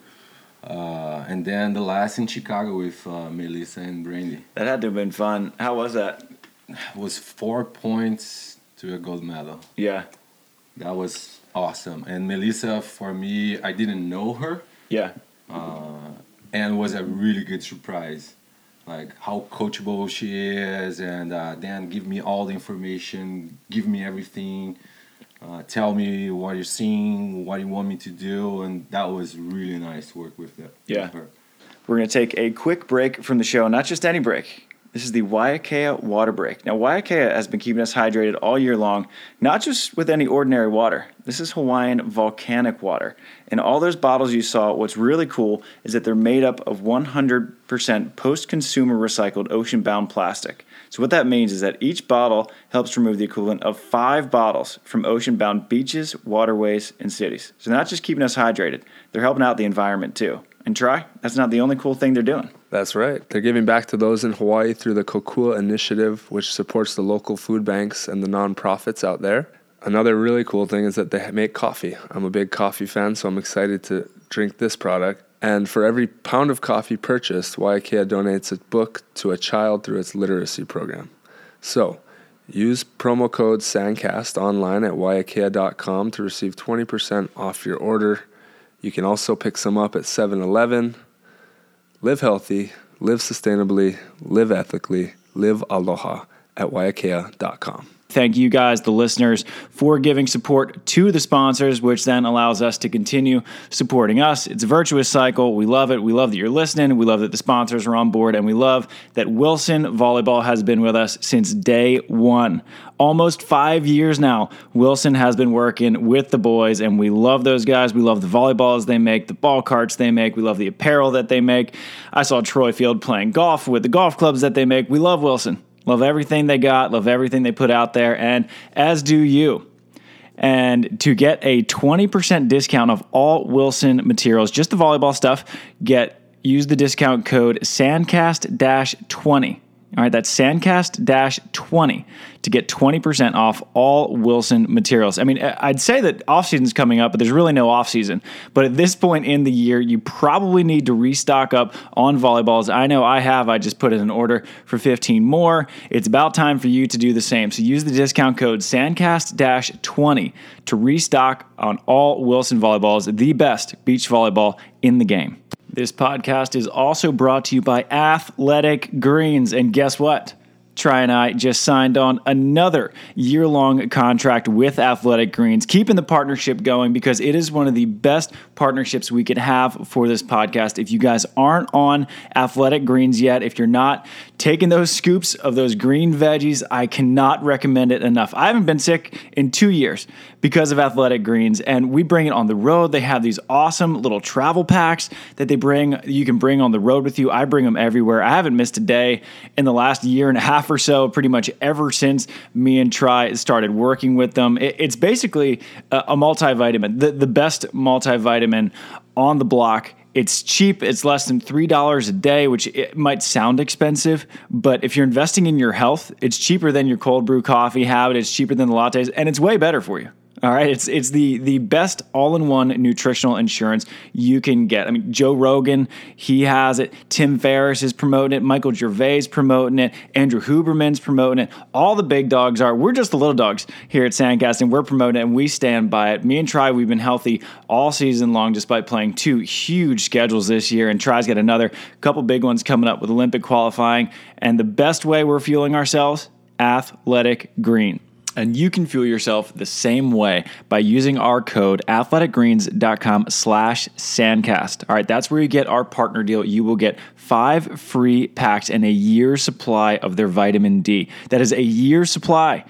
Speaker 4: Uh, and then the last in Chicago with uh, Melissa and Brandy
Speaker 2: That had to have been fun. How was that?
Speaker 4: was four points to a gold medal.
Speaker 2: Yeah.
Speaker 4: That was awesome. And Melissa, for me, I didn't know her,
Speaker 2: Yeah.
Speaker 4: uh, and was a really good surprise. Like how coachable she is, and uh, Dan give me all the information, give me everything, uh, tell me what you're seeing, what you want me to do, and that was really nice to work with that.
Speaker 2: Yeah.
Speaker 4: with her.
Speaker 2: We're going to take a quick break from the show, not just any break. This is the Waiakea water break. Now, Waiakea has been keeping us hydrated all year long, not just with any ordinary water. This is Hawaiian volcanic water. And all those bottles you saw, what's really cool is that they're made up of 100% post consumer recycled ocean bound plastic. So, what that means is that each bottle helps remove the equivalent of five bottles from ocean bound beaches, waterways, and cities. So, they're not just keeping us hydrated, they're helping out the environment too. And try, that's not the only cool thing they're doing.
Speaker 1: That's right. They're giving back to those in Hawaii through the Kokua Initiative, which supports the local food banks and the nonprofits out there. Another really cool thing is that they make coffee. I'm a big coffee fan, so I'm excited to drink this product. And for every pound of coffee purchased, Waiakea donates a book to a child through its literacy program. So, use promo code SANDCAST online at waiakea.com to receive 20% off your order. You can also pick some up at 7 Eleven, Live healthy, live sustainably, live ethically, live aloha at waiakea.com.
Speaker 2: Thank you guys, the listeners, for giving support to the sponsors, which then allows us to continue supporting us. It's a virtuous cycle. We love it. We love that you're listening. We love that the sponsors are on board. And we love that Wilson Volleyball has been with us since day one. Almost five years now, Wilson has been working with the boys, and we love those guys. We love the volleyballs they make, the ball carts they make, we love the apparel that they make. I saw Troy Field playing golf with the golf clubs that they make. We love Wilson. Love everything they got, love everything they put out there, and as do you. And to get a 20% discount of all Wilson materials, just the volleyball stuff, get use the discount code sandcast-20. All right, that's sandcast-20 to get 20% off all Wilson materials. I mean, I- I'd say that off season's coming up, but there's really no off season. But at this point in the year, you probably need to restock up on volleyballs. I know I have. I just put in an order for 15 more. It's about time for you to do the same. So use the discount code sandcast-20 to restock on all Wilson volleyballs, the best beach volleyball in the game. This podcast is also brought to you by Athletic Greens. And guess what? Try and I just signed on another year long contract with Athletic Greens, keeping the partnership going because it is one of the best partnerships we could have for this podcast. If you guys aren't on Athletic Greens yet, if you're not taking those scoops of those green veggies, I cannot recommend it enough. I haven't been sick in two years because of Athletic Greens, and we bring it on the road. They have these awesome little travel packs that they bring, you can bring on the road with you. I bring them everywhere. I haven't missed a day in the last year and a half or so, pretty much ever since me and Try started working with them. It- it's basically a, a multivitamin, the, the best multivitamin on the block. It's cheap. It's less than three dollars a day, which it might sound expensive, but if you're investing in your health, it's cheaper than your cold brew coffee habit. It's cheaper than the lattes, and it's way better for you. All right, it's it's the the best all-in-one nutritional insurance you can get. I mean, Joe Rogan, he has it. Tim Ferriss is promoting it. Michael Gervais promoting it. Andrew Huberman's promoting it. All the big dogs are. We're just the little dogs here at Sandcast, and we're promoting it, and we stand by it. Me and Try, we've been healthy all season long, despite playing two huge schedules this year. And Try's got another couple big ones coming up with Olympic qualifying. And the best way we're fueling ourselves, Athletic Green. And you can fuel yourself the same way by using our code athleticgreens.com slash sandcast. All right, that's where you get our partner deal. You will get five free packs and a year's supply of their vitamin D. That is a year's supply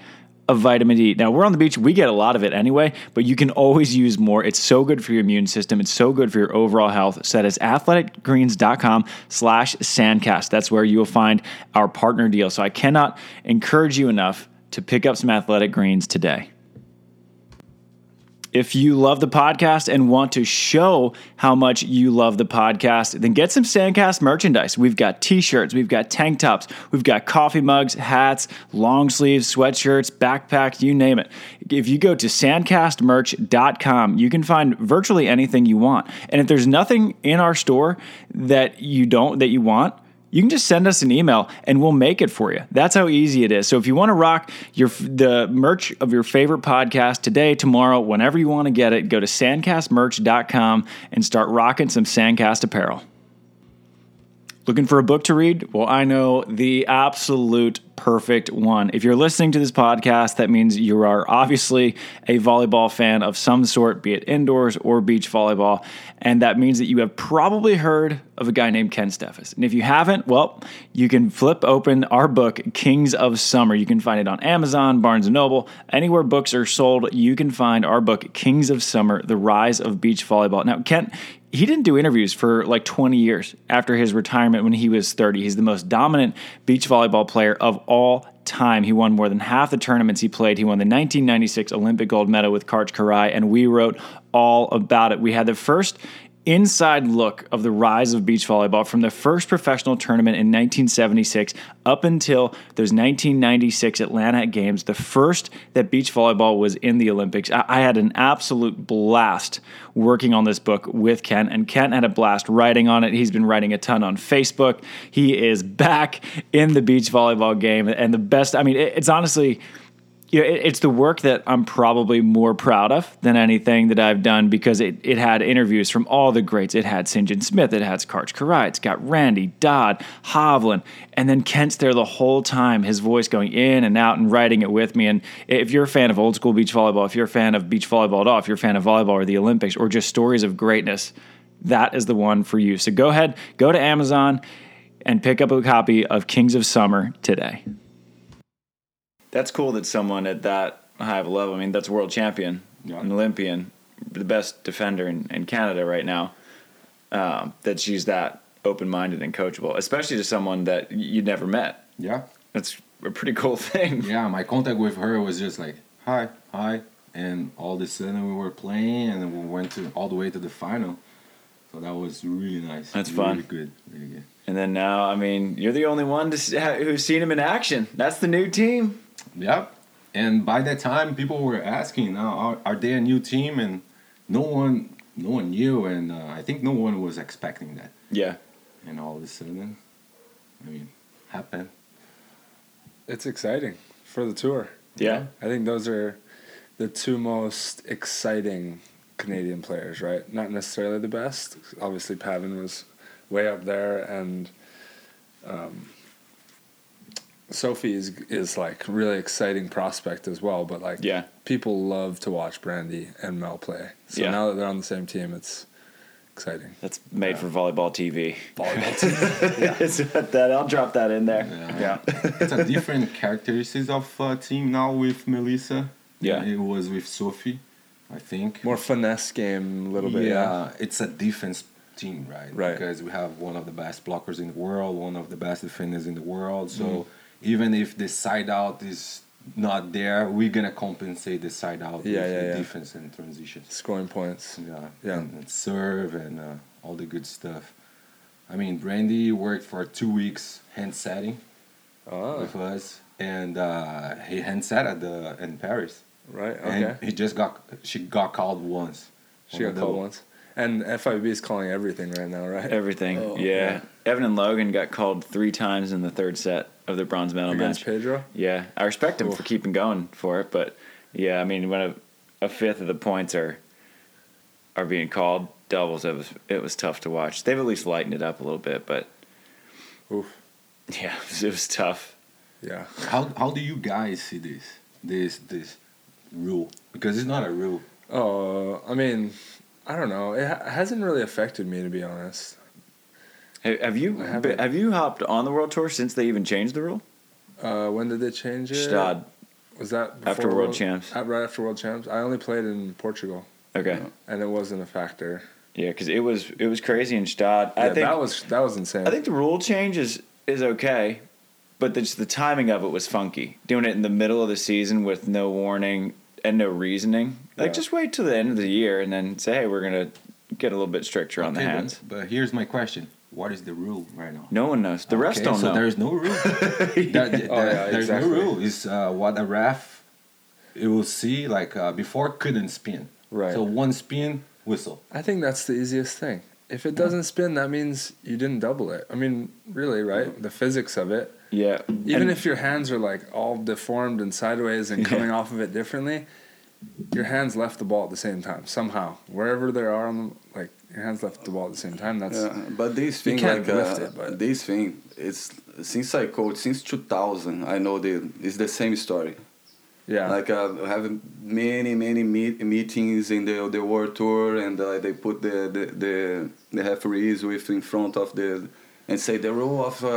Speaker 2: of vitamin D. Now, we're on the beach, we get a lot of it anyway, but you can always use more. It's so good for your immune system. It's so good for your overall health. So that is athleticgreens.com slash sandcast. That's where you will find our partner deal. So I cannot encourage you enough to pick up some athletic greens today. If you love the podcast and want to show how much you love the podcast, then get some Sandcast merchandise. We've got t shirts, we've got tank tops, we've got coffee mugs, hats, long sleeves, sweatshirts, backpacks, you name it. If you go to sandcastmerch.com, you can find virtually anything you want. And if there's nothing in our store that you don't, that you want, you can just send us an email and we'll make it for you. That's how easy it is. So if you want to rock your the merch of your favorite podcast today, tomorrow, whenever you want to get it, go to sandcastmerch.com and start rocking some Sandcast apparel. Looking for a book to read? Well, I know the absolute perfect one. If you're listening to this podcast, that means you are obviously a volleyball fan of some sort, be it indoors or beach volleyball. And that means that you have probably heard of a guy named Ken Steffes. And if you haven't, well, you can flip open our book, Kings of Summer. You can find it on Amazon, Barnes & Noble, anywhere books are sold, you can find our book, Kings of Summer, The Rise of Beach Volleyball. Now, Kent, he didn't do interviews for like 20 years after his retirement when he was 30. He's the most dominant beach volleyball player of all time. He won more than half the tournaments he played. He won the 1996 Olympic gold medal with Karch Karai, and we wrote all about it. We had the first inside look of the rise of beach volleyball from the first professional tournament in 1976 up until those 1996 Atlanta Games, the first that beach volleyball was in the Olympics. I, I had an absolute blast working on this book with Ken, and Ken had a blast writing on it. He's been writing a ton on Facebook. He is back in the beach volleyball game, and the best, I mean, it- it's honestly you know, it, it's the work that I'm probably more proud of than anything that I've done because it, it had interviews from all the greats. It had St. John Smith, it had Karch Karai, it's got Randy, Dodd, Hovland, and then Kent's there the whole time, his voice going in and out and writing it with me. And if you're a fan of old school beach volleyball, if you're a fan of beach volleyball at all, if you're a fan of volleyball or the Olympics or just stories of greatness, that is the one for you. So go ahead, go to Amazon and pick up a copy of Kings of Summer today. That's cool that someone at that high of a level, I mean, that's world champion,
Speaker 4: Yeah.
Speaker 2: an Olympian, the best defender in, in Canada right now, um, that she's that open minded and coachable, especially to someone that y- you'd never met.
Speaker 4: Yeah.
Speaker 2: That's a pretty cool thing.
Speaker 4: yeah, my contact with her was just like, hi, hi. And all of a sudden we were playing and then we went to all the way to the final. So that was really nice.
Speaker 2: That's
Speaker 4: really
Speaker 2: fun.
Speaker 4: good. Really good.
Speaker 2: And then now, I mean, you're the only one to see, who's seen him in action. That's the new team.
Speaker 4: Yep. And by that time, people were asking, now, are, are they a new team? And no one, no one knew, and uh, I think no one was expecting that.
Speaker 2: Yeah.
Speaker 4: And all of a sudden, I mean, happened.
Speaker 1: It's exciting for the tour.
Speaker 2: Yeah.
Speaker 1: I think those are the two most exciting Canadian players, right? Not necessarily the best. Obviously, Pavin was way up there, and um, Sophie is is like really exciting prospect as well. But like,
Speaker 2: Yeah.
Speaker 1: people love to watch Brandy and Mel play. So
Speaker 2: Yeah.
Speaker 1: now that they're on the same team, it's exciting.
Speaker 2: That's made for volleyball TV.
Speaker 1: Volleyball team.
Speaker 2: It's what that, I'll drop that in there.
Speaker 4: Yeah. it's a different characteristics of uh, team now with Melissa.
Speaker 2: Yeah.
Speaker 4: It was with Sophie, I think.
Speaker 1: More finesse game, a little
Speaker 4: yeah,
Speaker 1: bit. Yeah.
Speaker 4: it's a defense team, right?
Speaker 1: Right.
Speaker 4: Because we have one of the best blockers in the world, one of the best defenders in the world. So
Speaker 1: Mm-hmm.
Speaker 4: even if the side out is not there, we're gonna compensate the side out
Speaker 1: Yeah,
Speaker 4: with
Speaker 1: yeah,
Speaker 4: the
Speaker 1: yeah.
Speaker 4: defense and transitions.
Speaker 1: Scoring points.
Speaker 4: Yeah,
Speaker 1: Yeah.
Speaker 4: And, and serve and uh, all the good stuff. I mean, Brandy worked for two weeks hand setting
Speaker 1: Oh,
Speaker 4: with us, and uh, he hand set at the in Paris,
Speaker 1: right. Okay.
Speaker 4: and he just got she got called once.
Speaker 1: She
Speaker 4: On
Speaker 1: got
Speaker 4: the
Speaker 1: called
Speaker 4: double.
Speaker 1: once. And FIB is calling everything right now, right?
Speaker 2: Everything.
Speaker 1: Oh,
Speaker 2: yeah. Evan and Logan got called three times in the third set of the bronze medal
Speaker 1: Against
Speaker 2: match.
Speaker 1: Pedro.
Speaker 2: Yeah. I respect him for keeping going for it, but yeah, I mean, when a, a fifth of the points are are being called doubles, it was it was tough to watch. They've at least lightened it up a little bit, but
Speaker 1: Oof.
Speaker 2: yeah, it was, it was tough.
Speaker 1: Yeah.
Speaker 4: How how do you guys see this this this rule? Because it's not a rule.
Speaker 1: Oh, I mean, I don't know. It ha- hasn't really affected me to be honest.
Speaker 2: Have have you
Speaker 1: I haven't.
Speaker 2: have you hopped on the world tour since they even changed the rule?
Speaker 1: Uh, when did they change it?
Speaker 2: Stad.
Speaker 1: Was that
Speaker 2: After
Speaker 1: before
Speaker 2: World Champs.
Speaker 1: Uh, right after World Champs. I only played in Portugal,
Speaker 2: Okay.
Speaker 1: and it wasn't a factor.
Speaker 2: Yeah, because it was it was crazy in Stad.
Speaker 1: Yeah,
Speaker 2: I think
Speaker 1: that was that was insane.
Speaker 2: I think the rule change is is okay, but the, just the timing of it was funky. Doing it in the middle of the season with no warning and no reasoning. Like
Speaker 1: Yeah.
Speaker 2: just wait till the end of the year and then say, hey, we're gonna get a little bit stricter on the
Speaker 4: Okay, but-
Speaker 2: hands.
Speaker 4: But, here's my question: What is the rule right now?
Speaker 2: No one knows. The refs
Speaker 4: Okay,
Speaker 2: don't
Speaker 4: so
Speaker 2: know.
Speaker 4: There's no rule. There- there-
Speaker 1: Oh, yeah,
Speaker 4: there's
Speaker 1: exactly.
Speaker 4: no rule. It's uh, what a ref it will see. Like uh, before, couldn't spin.
Speaker 1: Right.
Speaker 4: So one spin whistle.
Speaker 1: I think that's the easiest thing. If it doesn't spin, that means you didn't double it. I mean, really, right? The physics of it.
Speaker 2: yeah.
Speaker 1: Even
Speaker 2: And-
Speaker 1: if your hands are like all deformed and sideways and coming off of it differently, your hands left the ball at the same time somehow. Wherever they are on the like your hands left the ball at the same time. That's
Speaker 3: Yeah, but this
Speaker 1: You
Speaker 3: thing,
Speaker 1: can't
Speaker 3: like
Speaker 1: lift
Speaker 3: uh,
Speaker 1: it, but-
Speaker 3: this thing, it's since I coach since 2000. I know the it's the same story.
Speaker 1: yeah.
Speaker 3: Like uh, I have many many meet, meetings in the the world tour, and uh, they put the the, the the referees with in front of the and say the rule of uh,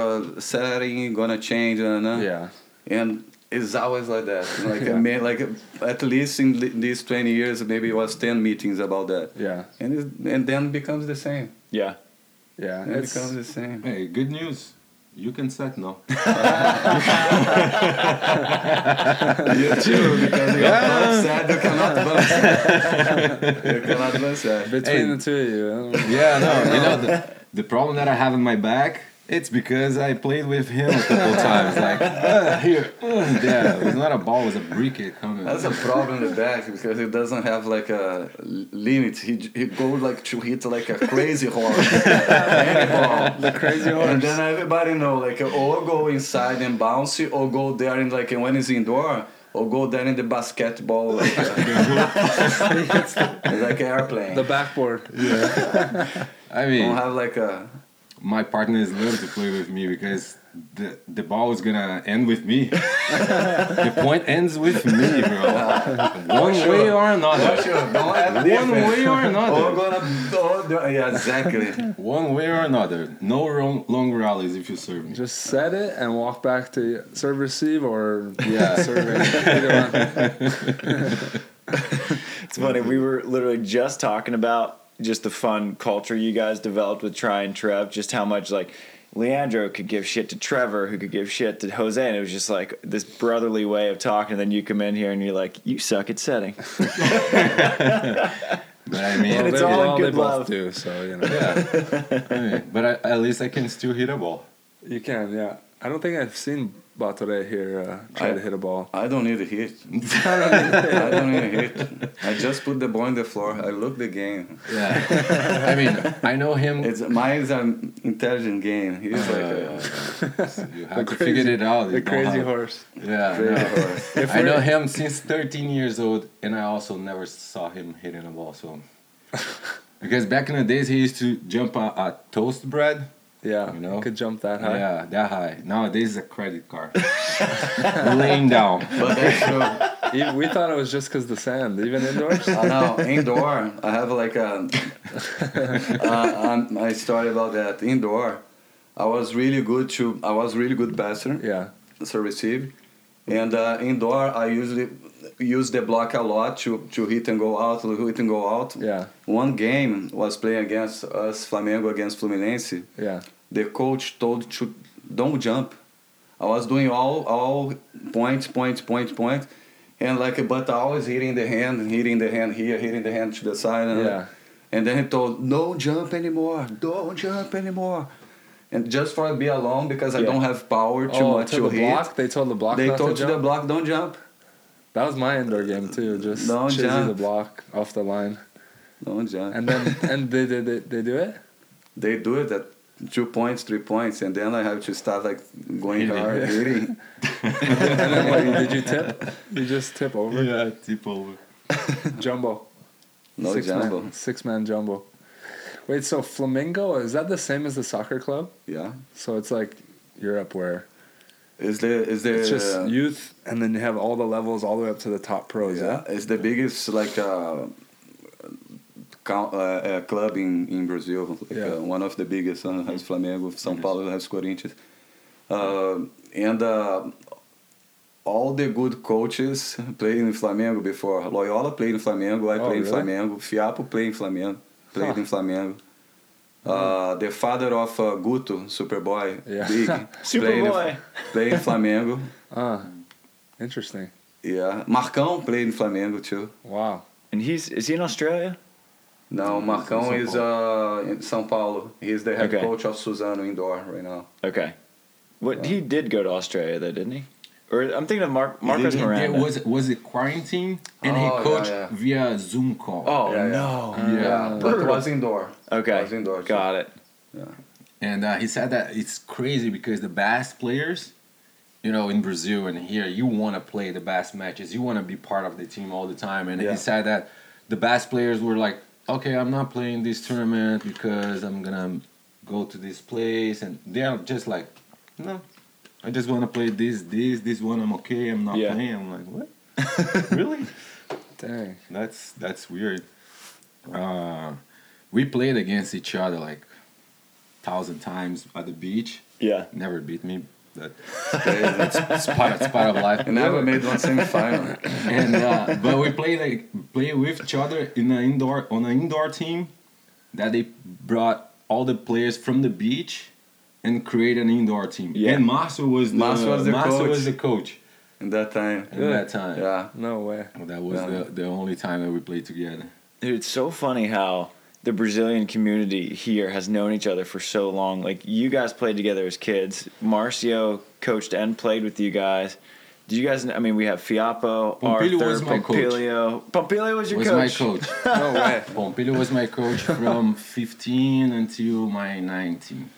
Speaker 3: setting gonna change. Uh, nah."
Speaker 1: yeah.
Speaker 3: and it's always like that. Like
Speaker 1: Yeah.
Speaker 3: I mean, like at least in li- these 20 years, maybe it was 10 meetings about that.
Speaker 1: Yeah.
Speaker 3: And it, and then becomes the same.
Speaker 2: yeah.
Speaker 1: Yeah.
Speaker 3: It
Speaker 1: It's,
Speaker 3: becomes the same.
Speaker 4: Hey, good news. You can set now.
Speaker 3: You too, because you are not upset, you cannot advance. you cannot advance.
Speaker 1: between
Speaker 4: Hey.
Speaker 1: the two of you. I don't know.
Speaker 4: Yeah, no, you know the, the problem that I have in my back. It's because I played with him a couple times. Like uh, here, uh, yeah, it was not a ball, it was a briquet coming.
Speaker 3: That's a problem with that because he doesn't have like a l- limit. He he goes like to hit like a crazy horse, any ball.
Speaker 1: The crazy
Speaker 3: And
Speaker 1: horse.
Speaker 3: then everybody know, like, or go inside and bounce it, or go there and like when it's indoor, or go there in the basketball, like, uh, like airplane.
Speaker 1: the backboard.
Speaker 4: I
Speaker 3: Don't
Speaker 4: mean,
Speaker 3: have like a
Speaker 4: my partners love to play with me because the the ball is gonna end with me. the point ends with me, bro. One way or another.
Speaker 3: don't have
Speaker 4: One way or
Speaker 3: Or
Speaker 4: another.
Speaker 3: gonna, or, the- yeah, exactly.
Speaker 4: One way or another. No wrong, long rallies if you serve me.
Speaker 1: Just set it and walk back to serve receive or
Speaker 4: Yeah.
Speaker 1: serving. Either one.
Speaker 2: It's funny. We were literally just talking about just the fun culture you guys developed with Try and Trev. Just how much like Leandro could give shit to Trevor, who could give shit to Jose, and it was just like this brotherly way of talking. And then you come in here and you're like, "You suck at setting."
Speaker 4: But I mean,
Speaker 2: And it's
Speaker 1: they,
Speaker 2: all in
Speaker 1: well, they
Speaker 2: good
Speaker 1: both
Speaker 2: love.
Speaker 1: do, so you know.
Speaker 4: yeah. I mean, but I, at least I can still hit a ball.
Speaker 1: You can, yeah. I don't think I've seen Batoré here uh, try
Speaker 3: I-
Speaker 1: to hit a ball.
Speaker 3: I don't need a hit. I don't need a hit. I just put the ball on the floor. I look the game.
Speaker 4: Yeah. I mean, I know him. uh,
Speaker 3: It's mine is an intelligent game. He's like a
Speaker 4: you have to
Speaker 1: crazy-
Speaker 4: figure it out. You
Speaker 1: The
Speaker 4: don't
Speaker 1: crazy
Speaker 4: have-
Speaker 1: horse.
Speaker 4: Yeah. I
Speaker 3: crazy
Speaker 4: know.
Speaker 3: horse.
Speaker 4: I know him since 13 years old, and I also never saw him hitting a ball. So, because back in the days, he used to jump a, a toast bread.
Speaker 1: Yeah,
Speaker 4: You know?
Speaker 1: could jump that high.
Speaker 4: Yeah, that high. Nowadays, it's a credit card. Laying down.
Speaker 3: But that's true.
Speaker 1: Even- E, we thought it was just because the sand, even indoors.
Speaker 3: I know indoor. I have like a. uh, um, I started about that indoor. I was really good to. I was really good passer.
Speaker 1: yeah,
Speaker 3: so receive. And uh, indoor, I usually use the block a lot to, to hit and go out, to hit and go out.
Speaker 1: yeah,
Speaker 3: One game was playing against us, Flamengo against Fluminense.
Speaker 1: yeah.
Speaker 3: The coach told to don't jump. I was doing all all point, point, point, point, and like but I always hitting the hand, hitting the hand here, hitting the hand to the side, and
Speaker 1: Yeah.
Speaker 3: and then he told no jump anymore, don't jump anymore, and just for be alone because I
Speaker 2: Yeah.
Speaker 3: don't have power too
Speaker 1: oh,
Speaker 3: much
Speaker 1: to
Speaker 3: to
Speaker 1: the
Speaker 3: hit.
Speaker 1: block. They told the block.
Speaker 3: They
Speaker 1: not
Speaker 3: told
Speaker 1: to
Speaker 3: to
Speaker 1: jump.
Speaker 3: the block, don't jump,
Speaker 1: That was my indoor game too. Just
Speaker 3: Don't
Speaker 1: chasing
Speaker 3: jump.
Speaker 1: the block off the line,
Speaker 3: don't jump.
Speaker 1: and then and they they, they, they do it.
Speaker 3: they do it at two points, three points, and then I have to start like going
Speaker 4: Hitting.
Speaker 3: hard, hitting.
Speaker 1: And then what? Did you tip? You just tip over
Speaker 4: Yeah, tip over.
Speaker 1: jumbo.
Speaker 3: No
Speaker 1: six
Speaker 3: jumbo.
Speaker 1: man, six man jumbo. Wait, so Flamingo is that the same as the soccer club?
Speaker 3: Yeah,
Speaker 1: So it's like Europe where
Speaker 3: is the is the
Speaker 1: it's just youth, and then you have all the levels all the way up to the top pros.
Speaker 3: Yeah, it's the biggest like uh, cou- uh, uh, club in, in Brazil. Like,
Speaker 1: Yeah. Mm-hmm.
Speaker 3: uh, one of the biggest. Uh, has Flamengo, São Paulo has Corinthians, uh, and uh, all the good coaches played in Flamengo before. Loyola played in Flamengo. I
Speaker 1: Oh,
Speaker 3: played
Speaker 1: really?
Speaker 3: in Flamengo. Fiapo played in Flamengo. Played in Flamengo. Uh, the father of uh, Guto, Superboy,
Speaker 1: Mm-hmm. Yeah.
Speaker 3: big, played
Speaker 2: Superboy.
Speaker 3: in, played in Flamengo.
Speaker 1: Ah, interesting.
Speaker 3: Yeah, Marcão played in Flamengo too.
Speaker 1: Wow.
Speaker 2: And he's is he in Australia?
Speaker 3: No, Marcão is uh, in São Paulo. He's the head
Speaker 2: Okay.
Speaker 3: coach of Suzano Indoor right now.
Speaker 2: Okay. What he did go to Australia though, didn't he? Or I'm thinking of Mar-
Speaker 4: It
Speaker 2: Marcos Miranda.
Speaker 4: was was it quarantine, and
Speaker 3: Oh,
Speaker 4: he
Speaker 3: yeah,
Speaker 4: coached
Speaker 3: yeah.
Speaker 4: via Zoom call.
Speaker 2: oh
Speaker 3: Yeah, yeah.
Speaker 2: no.
Speaker 3: Ah, yeah, but it was indoor.
Speaker 2: Okay.
Speaker 3: It was indoor. too.
Speaker 2: Got it.
Speaker 4: And uh, he said that it's crazy because the best players, you know, in Brazil and here, you want to play the best matches. You want to be part of the team all the time. And
Speaker 1: Yeah.
Speaker 4: he said that the best players were like, okay, I'm not playing this tournament because I'm going to go to this place. And they're just like, no, I just want to play this, this, this one. I'm okay. I'm not
Speaker 2: Yeah.
Speaker 4: playing. I'm like, what? really?
Speaker 1: Dang.
Speaker 4: That's that's weird. Uh, we played against each other like thousand times at the beach.
Speaker 2: Yeah.
Speaker 4: Never beat me. That
Speaker 3: Crazy.
Speaker 4: it's part, it's part of life.
Speaker 3: and never made one semifinal.
Speaker 4: And, uh, but we play like play with each other in an indoor on an indoor team that they brought all the players from the beach and create an indoor team.
Speaker 2: Yeah.
Speaker 4: And Marcel was the
Speaker 3: Márcio was the
Speaker 4: Márcio
Speaker 3: coach.
Speaker 4: was the coach
Speaker 3: In that time,
Speaker 4: at that time.
Speaker 3: yeah,
Speaker 1: No way.
Speaker 4: That was
Speaker 3: Yeah.
Speaker 4: the, the only time that we played together.
Speaker 2: Dude, it's so funny how the Brazilian community here has known each other for so long. Like you guys played together as kids. Marcio coached and played with you guys. Do you guys? I mean, we have Fiapo,
Speaker 4: Pompilio
Speaker 2: Arthur,
Speaker 4: was my coach.
Speaker 2: Pompilio. Pompilio was your
Speaker 4: was my
Speaker 2: coach.
Speaker 4: coach.
Speaker 1: No way.
Speaker 4: Pompilio was my coach from 15 until my 19.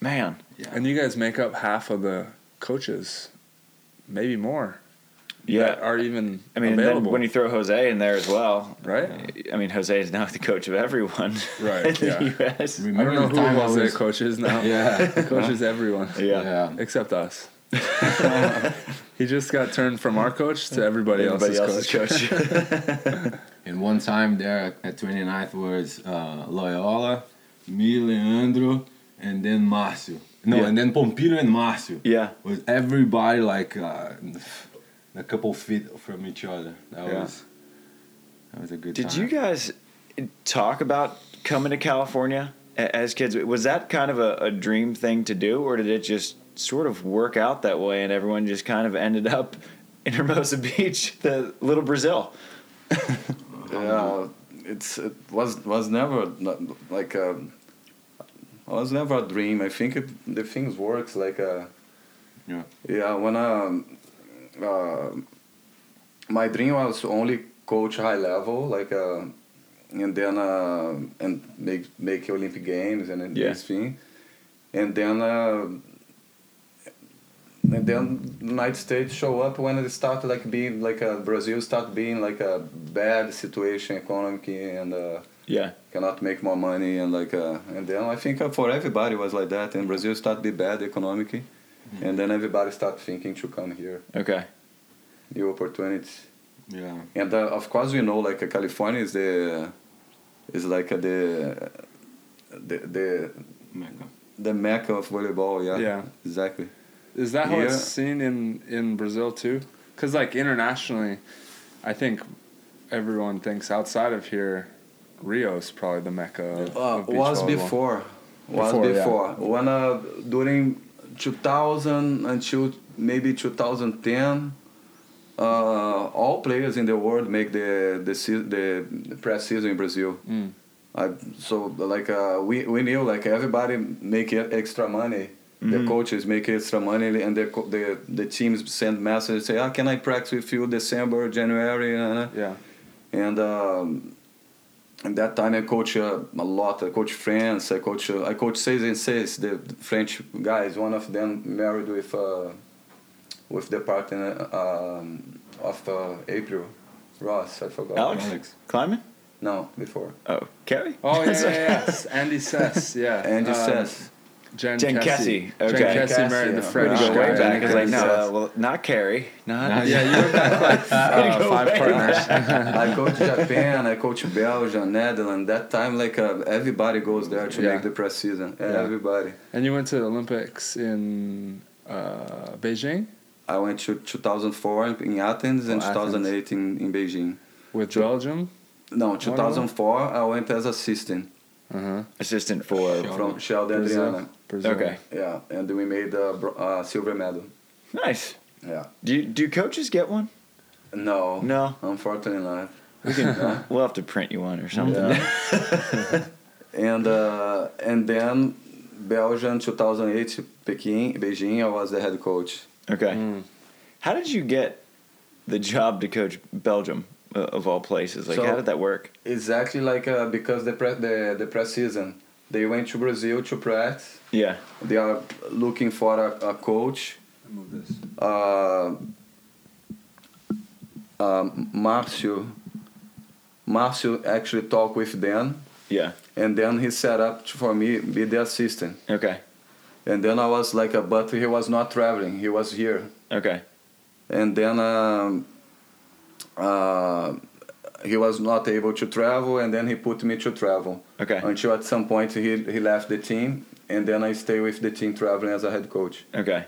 Speaker 2: Man,
Speaker 1: And you guys make up half of the coaches, maybe more. That
Speaker 2: yeah.
Speaker 1: are even
Speaker 2: I mean, and then
Speaker 1: available.
Speaker 2: when you throw Jose in there as well,
Speaker 1: right?
Speaker 2: I mean, Jose is now the coach of everyone
Speaker 1: Right,
Speaker 2: in the
Speaker 1: yeah.
Speaker 2: U.S.
Speaker 1: I don't
Speaker 4: Remember
Speaker 1: know
Speaker 4: the
Speaker 1: who
Speaker 4: time I
Speaker 1: was their
Speaker 4: was-
Speaker 1: coaches now.
Speaker 4: Yeah.
Speaker 1: coaches everyone.
Speaker 2: Yeah.
Speaker 4: yeah.
Speaker 1: Except us. he just got turned from our coach to everybody,
Speaker 2: Everybody
Speaker 1: else's, coach.
Speaker 2: else's coach.
Speaker 4: And one time there at 29th was uh, Loyola, me, Leandro, and then Márcio. No,
Speaker 2: Yeah.
Speaker 4: and then Pompilio and Márcio.
Speaker 2: yeah.
Speaker 4: Was everybody like uh, a couple feet from each other. That
Speaker 2: Yeah.
Speaker 4: was that was a good
Speaker 2: Did
Speaker 4: time.
Speaker 2: you guys talk about coming to California a- as kids, was that kind of a, a dream thing to do, or did it just sort of work out that way, and everyone just kind of ended up in Hermosa Beach, the little Brazil?
Speaker 3: Yeah, it's it was was never not- like um, it was never a dream. I think it, the things works like uh,
Speaker 4: Yeah.
Speaker 3: yeah. When um, uh, my dream was only coach high level, like uh, and then uh, and make make Olympic games and
Speaker 2: Yeah.
Speaker 3: this thing, and then. Uh, and then United States show up when it started like being like uh, Brazil start being like a bad situation economically and uh,
Speaker 2: Yeah,
Speaker 3: cannot make more money and like uh, and then I think uh, for everybody was like that and Brazil start be bad economically and then everybody start thinking to come here
Speaker 2: okay.
Speaker 3: new opportunities
Speaker 4: Yeah.
Speaker 3: and uh, of course we know like uh, California is the is like uh, the the the
Speaker 4: Mecca.
Speaker 3: the mecca of volleyball yeah
Speaker 1: Yeah.
Speaker 3: exactly
Speaker 1: Is that how
Speaker 3: Yeah.
Speaker 1: it's seen in in Brazil too? Because like internationally, I think everyone thinks outside of here, Rio's probably the mecca. Of,
Speaker 3: Uh,
Speaker 1: of beach
Speaker 3: was
Speaker 1: volleyball.
Speaker 3: before. Was
Speaker 1: Before,
Speaker 3: before.
Speaker 1: yeah.
Speaker 3: When uh, during 2000 until maybe 2010, uh, all players in the world make the the se- the, the press season in Brazil.
Speaker 1: Mm.
Speaker 3: I, so like uh, we we knew like everybody make e- extra money.
Speaker 1: Mm-hmm.
Speaker 3: The coaches make extra money, and the co- the the teams send messages say, "Ah, can I practice with you December, January?" And, uh,
Speaker 1: Yeah.
Speaker 3: and um, at that time I coach uh, a lot. I coach France. I coach uh, I coach Cezanne Says, the French guys. One of them married with uh, with the partner um, of uh, April Ross. I forgot.
Speaker 2: Alex,
Speaker 4: Alex.
Speaker 2: climbing?
Speaker 3: No, before.
Speaker 2: Oh, Kerry.
Speaker 1: Oh yeah, yeah, yeah. S- Andy Sess, yeah.
Speaker 3: Andy
Speaker 1: Um,
Speaker 3: Says.
Speaker 1: Jen,
Speaker 2: Jen
Speaker 1: Kessie.
Speaker 2: Kessie, okay.
Speaker 1: Jen Kessie
Speaker 3: Kessie,
Speaker 1: married the
Speaker 3: yeah.
Speaker 2: Way to
Speaker 1: French
Speaker 2: go
Speaker 1: guy.
Speaker 2: way back. I was like,
Speaker 1: Andy
Speaker 2: no, uh,
Speaker 1: Sess.
Speaker 2: well, not Carrie, not,
Speaker 4: Not
Speaker 1: Yeah, you were back like uh,
Speaker 2: go
Speaker 1: five
Speaker 2: way
Speaker 1: partners.
Speaker 3: I coach Japan. I coach Belgium, Netherlands. That time, like uh, everybody goes there to
Speaker 1: Yeah.
Speaker 3: make the press season.
Speaker 1: Yeah.
Speaker 3: Everybody.
Speaker 1: And you went to the Olympics in uh, Beijing
Speaker 3: I went to 2004 in Athens and
Speaker 1: Oh, Athens.
Speaker 3: 2008 in, in Beijing.
Speaker 1: with Belgium.
Speaker 3: No, 2004, I went as assistant
Speaker 1: Uh huh.
Speaker 2: assistant for.
Speaker 4: Sure.
Speaker 3: from Sheldon
Speaker 1: é.
Speaker 3: Adriana.
Speaker 1: Brazil.
Speaker 2: Okay,
Speaker 3: Yeah, and we made a bro- uh, silver medal.
Speaker 2: nice.
Speaker 3: Yeah.
Speaker 2: Do you, do coaches get one?
Speaker 3: No.
Speaker 2: No.
Speaker 3: Unfortunately not.
Speaker 2: We can. we'll have to print you one or something.
Speaker 3: Yeah. and uh, and then Belgium 2008 Peking Beijing I was the head coach.
Speaker 2: Okay.
Speaker 1: Mm.
Speaker 2: How did you get the job to coach Belgium uh, of all places? Like,
Speaker 3: So-
Speaker 2: how did that work?
Speaker 3: Exactly like uh, because the pre- the the press season they went to Brazil to practice
Speaker 2: Yeah.
Speaker 3: they are looking for a, a coach. Uh, um, Marcio, Marcio actually talked with them,
Speaker 2: Yeah.
Speaker 3: and then he set up to- for me be the assistant.
Speaker 2: Okay.
Speaker 3: And then I was like, a, but he was not traveling; he was here.
Speaker 2: Okay.
Speaker 3: And then um, uh, he was not able to travel, and then he put me to travel.
Speaker 2: Okay.
Speaker 3: Until at some point he he left the team, and then I stay with the team traveling as a head coach.
Speaker 2: Okay.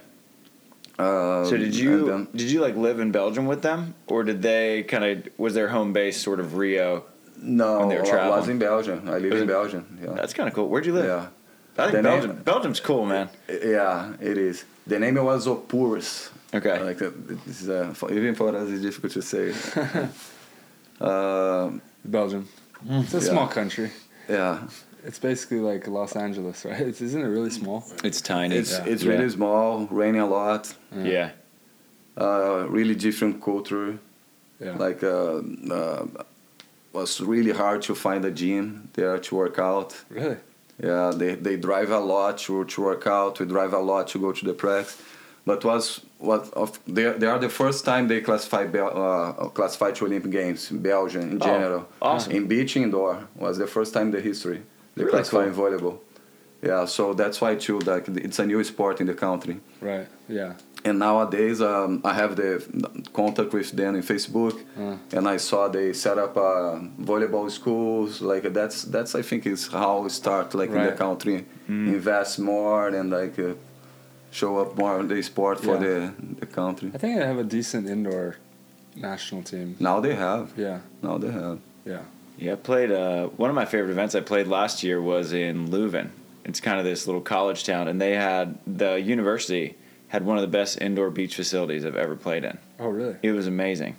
Speaker 3: Uh,
Speaker 2: So did
Speaker 3: and
Speaker 2: you
Speaker 3: then-
Speaker 2: did you like live in Belgium with them, or did they kind of was their home base sort of Rio?
Speaker 3: no,
Speaker 2: when they were
Speaker 3: I was
Speaker 2: traveling?
Speaker 3: in Belgium. I live
Speaker 2: Was
Speaker 3: in
Speaker 2: it-
Speaker 3: Belgium. Yeah.
Speaker 2: That's kind of cool. Where'd you live?
Speaker 3: yeah.
Speaker 2: I
Speaker 3: Then
Speaker 2: think
Speaker 3: they-
Speaker 2: Belgium. Belgium's cool, man.
Speaker 3: Yeah, it is. The name was Opurus.
Speaker 2: Okay.
Speaker 3: Like uh, this is, uh, for, even for us, it's difficult to say. uh,
Speaker 1: Belgium. It's a
Speaker 3: Yeah.
Speaker 1: small country.
Speaker 3: yeah,
Speaker 1: It's basically like Los Angeles, right? It's, isn't it really small?
Speaker 2: It's tiny.
Speaker 3: it's
Speaker 1: Yeah.
Speaker 3: it's really small, raining a lot,
Speaker 2: yeah.
Speaker 3: uh, really different culture.
Speaker 1: Yeah.
Speaker 3: Like, uh, uh, was really hard to find a gym there to work out.
Speaker 1: really?
Speaker 3: Yeah, they, they drive a lot to, to work out. We drive a lot to go to the practice. But was what of they, they are the first time they classify Bel, uh, classify to Olympic Games in Belgium in
Speaker 2: Oh,
Speaker 3: general.
Speaker 2: awesome.
Speaker 3: In beach indoor was the first time in the history they
Speaker 2: Really
Speaker 3: classify in volleyball. Yeah, so that's why too like it's a new sport in the country.
Speaker 1: Right. Yeah.
Speaker 3: And nowadays um, I have the contact with them in Facebook,
Speaker 1: Mm.
Speaker 3: and I saw they set up uh, volleyball schools. Like that's that's I think is how it start like in the
Speaker 1: Right. Mm.
Speaker 3: country, invest more and like uh, show up more the sport for
Speaker 1: Yeah.
Speaker 3: the the country.
Speaker 1: I think they have a decent indoor national team.
Speaker 3: Now they have.
Speaker 1: Yeah.
Speaker 3: Now they have.
Speaker 1: Yeah.
Speaker 2: Yeah, I played. Uh, one of my favorite events I played last year was in Leuven. It's kind of this little college town, and they had the university had one of the best indoor beach facilities I've ever played in.
Speaker 1: Oh, really?
Speaker 2: It was amazing.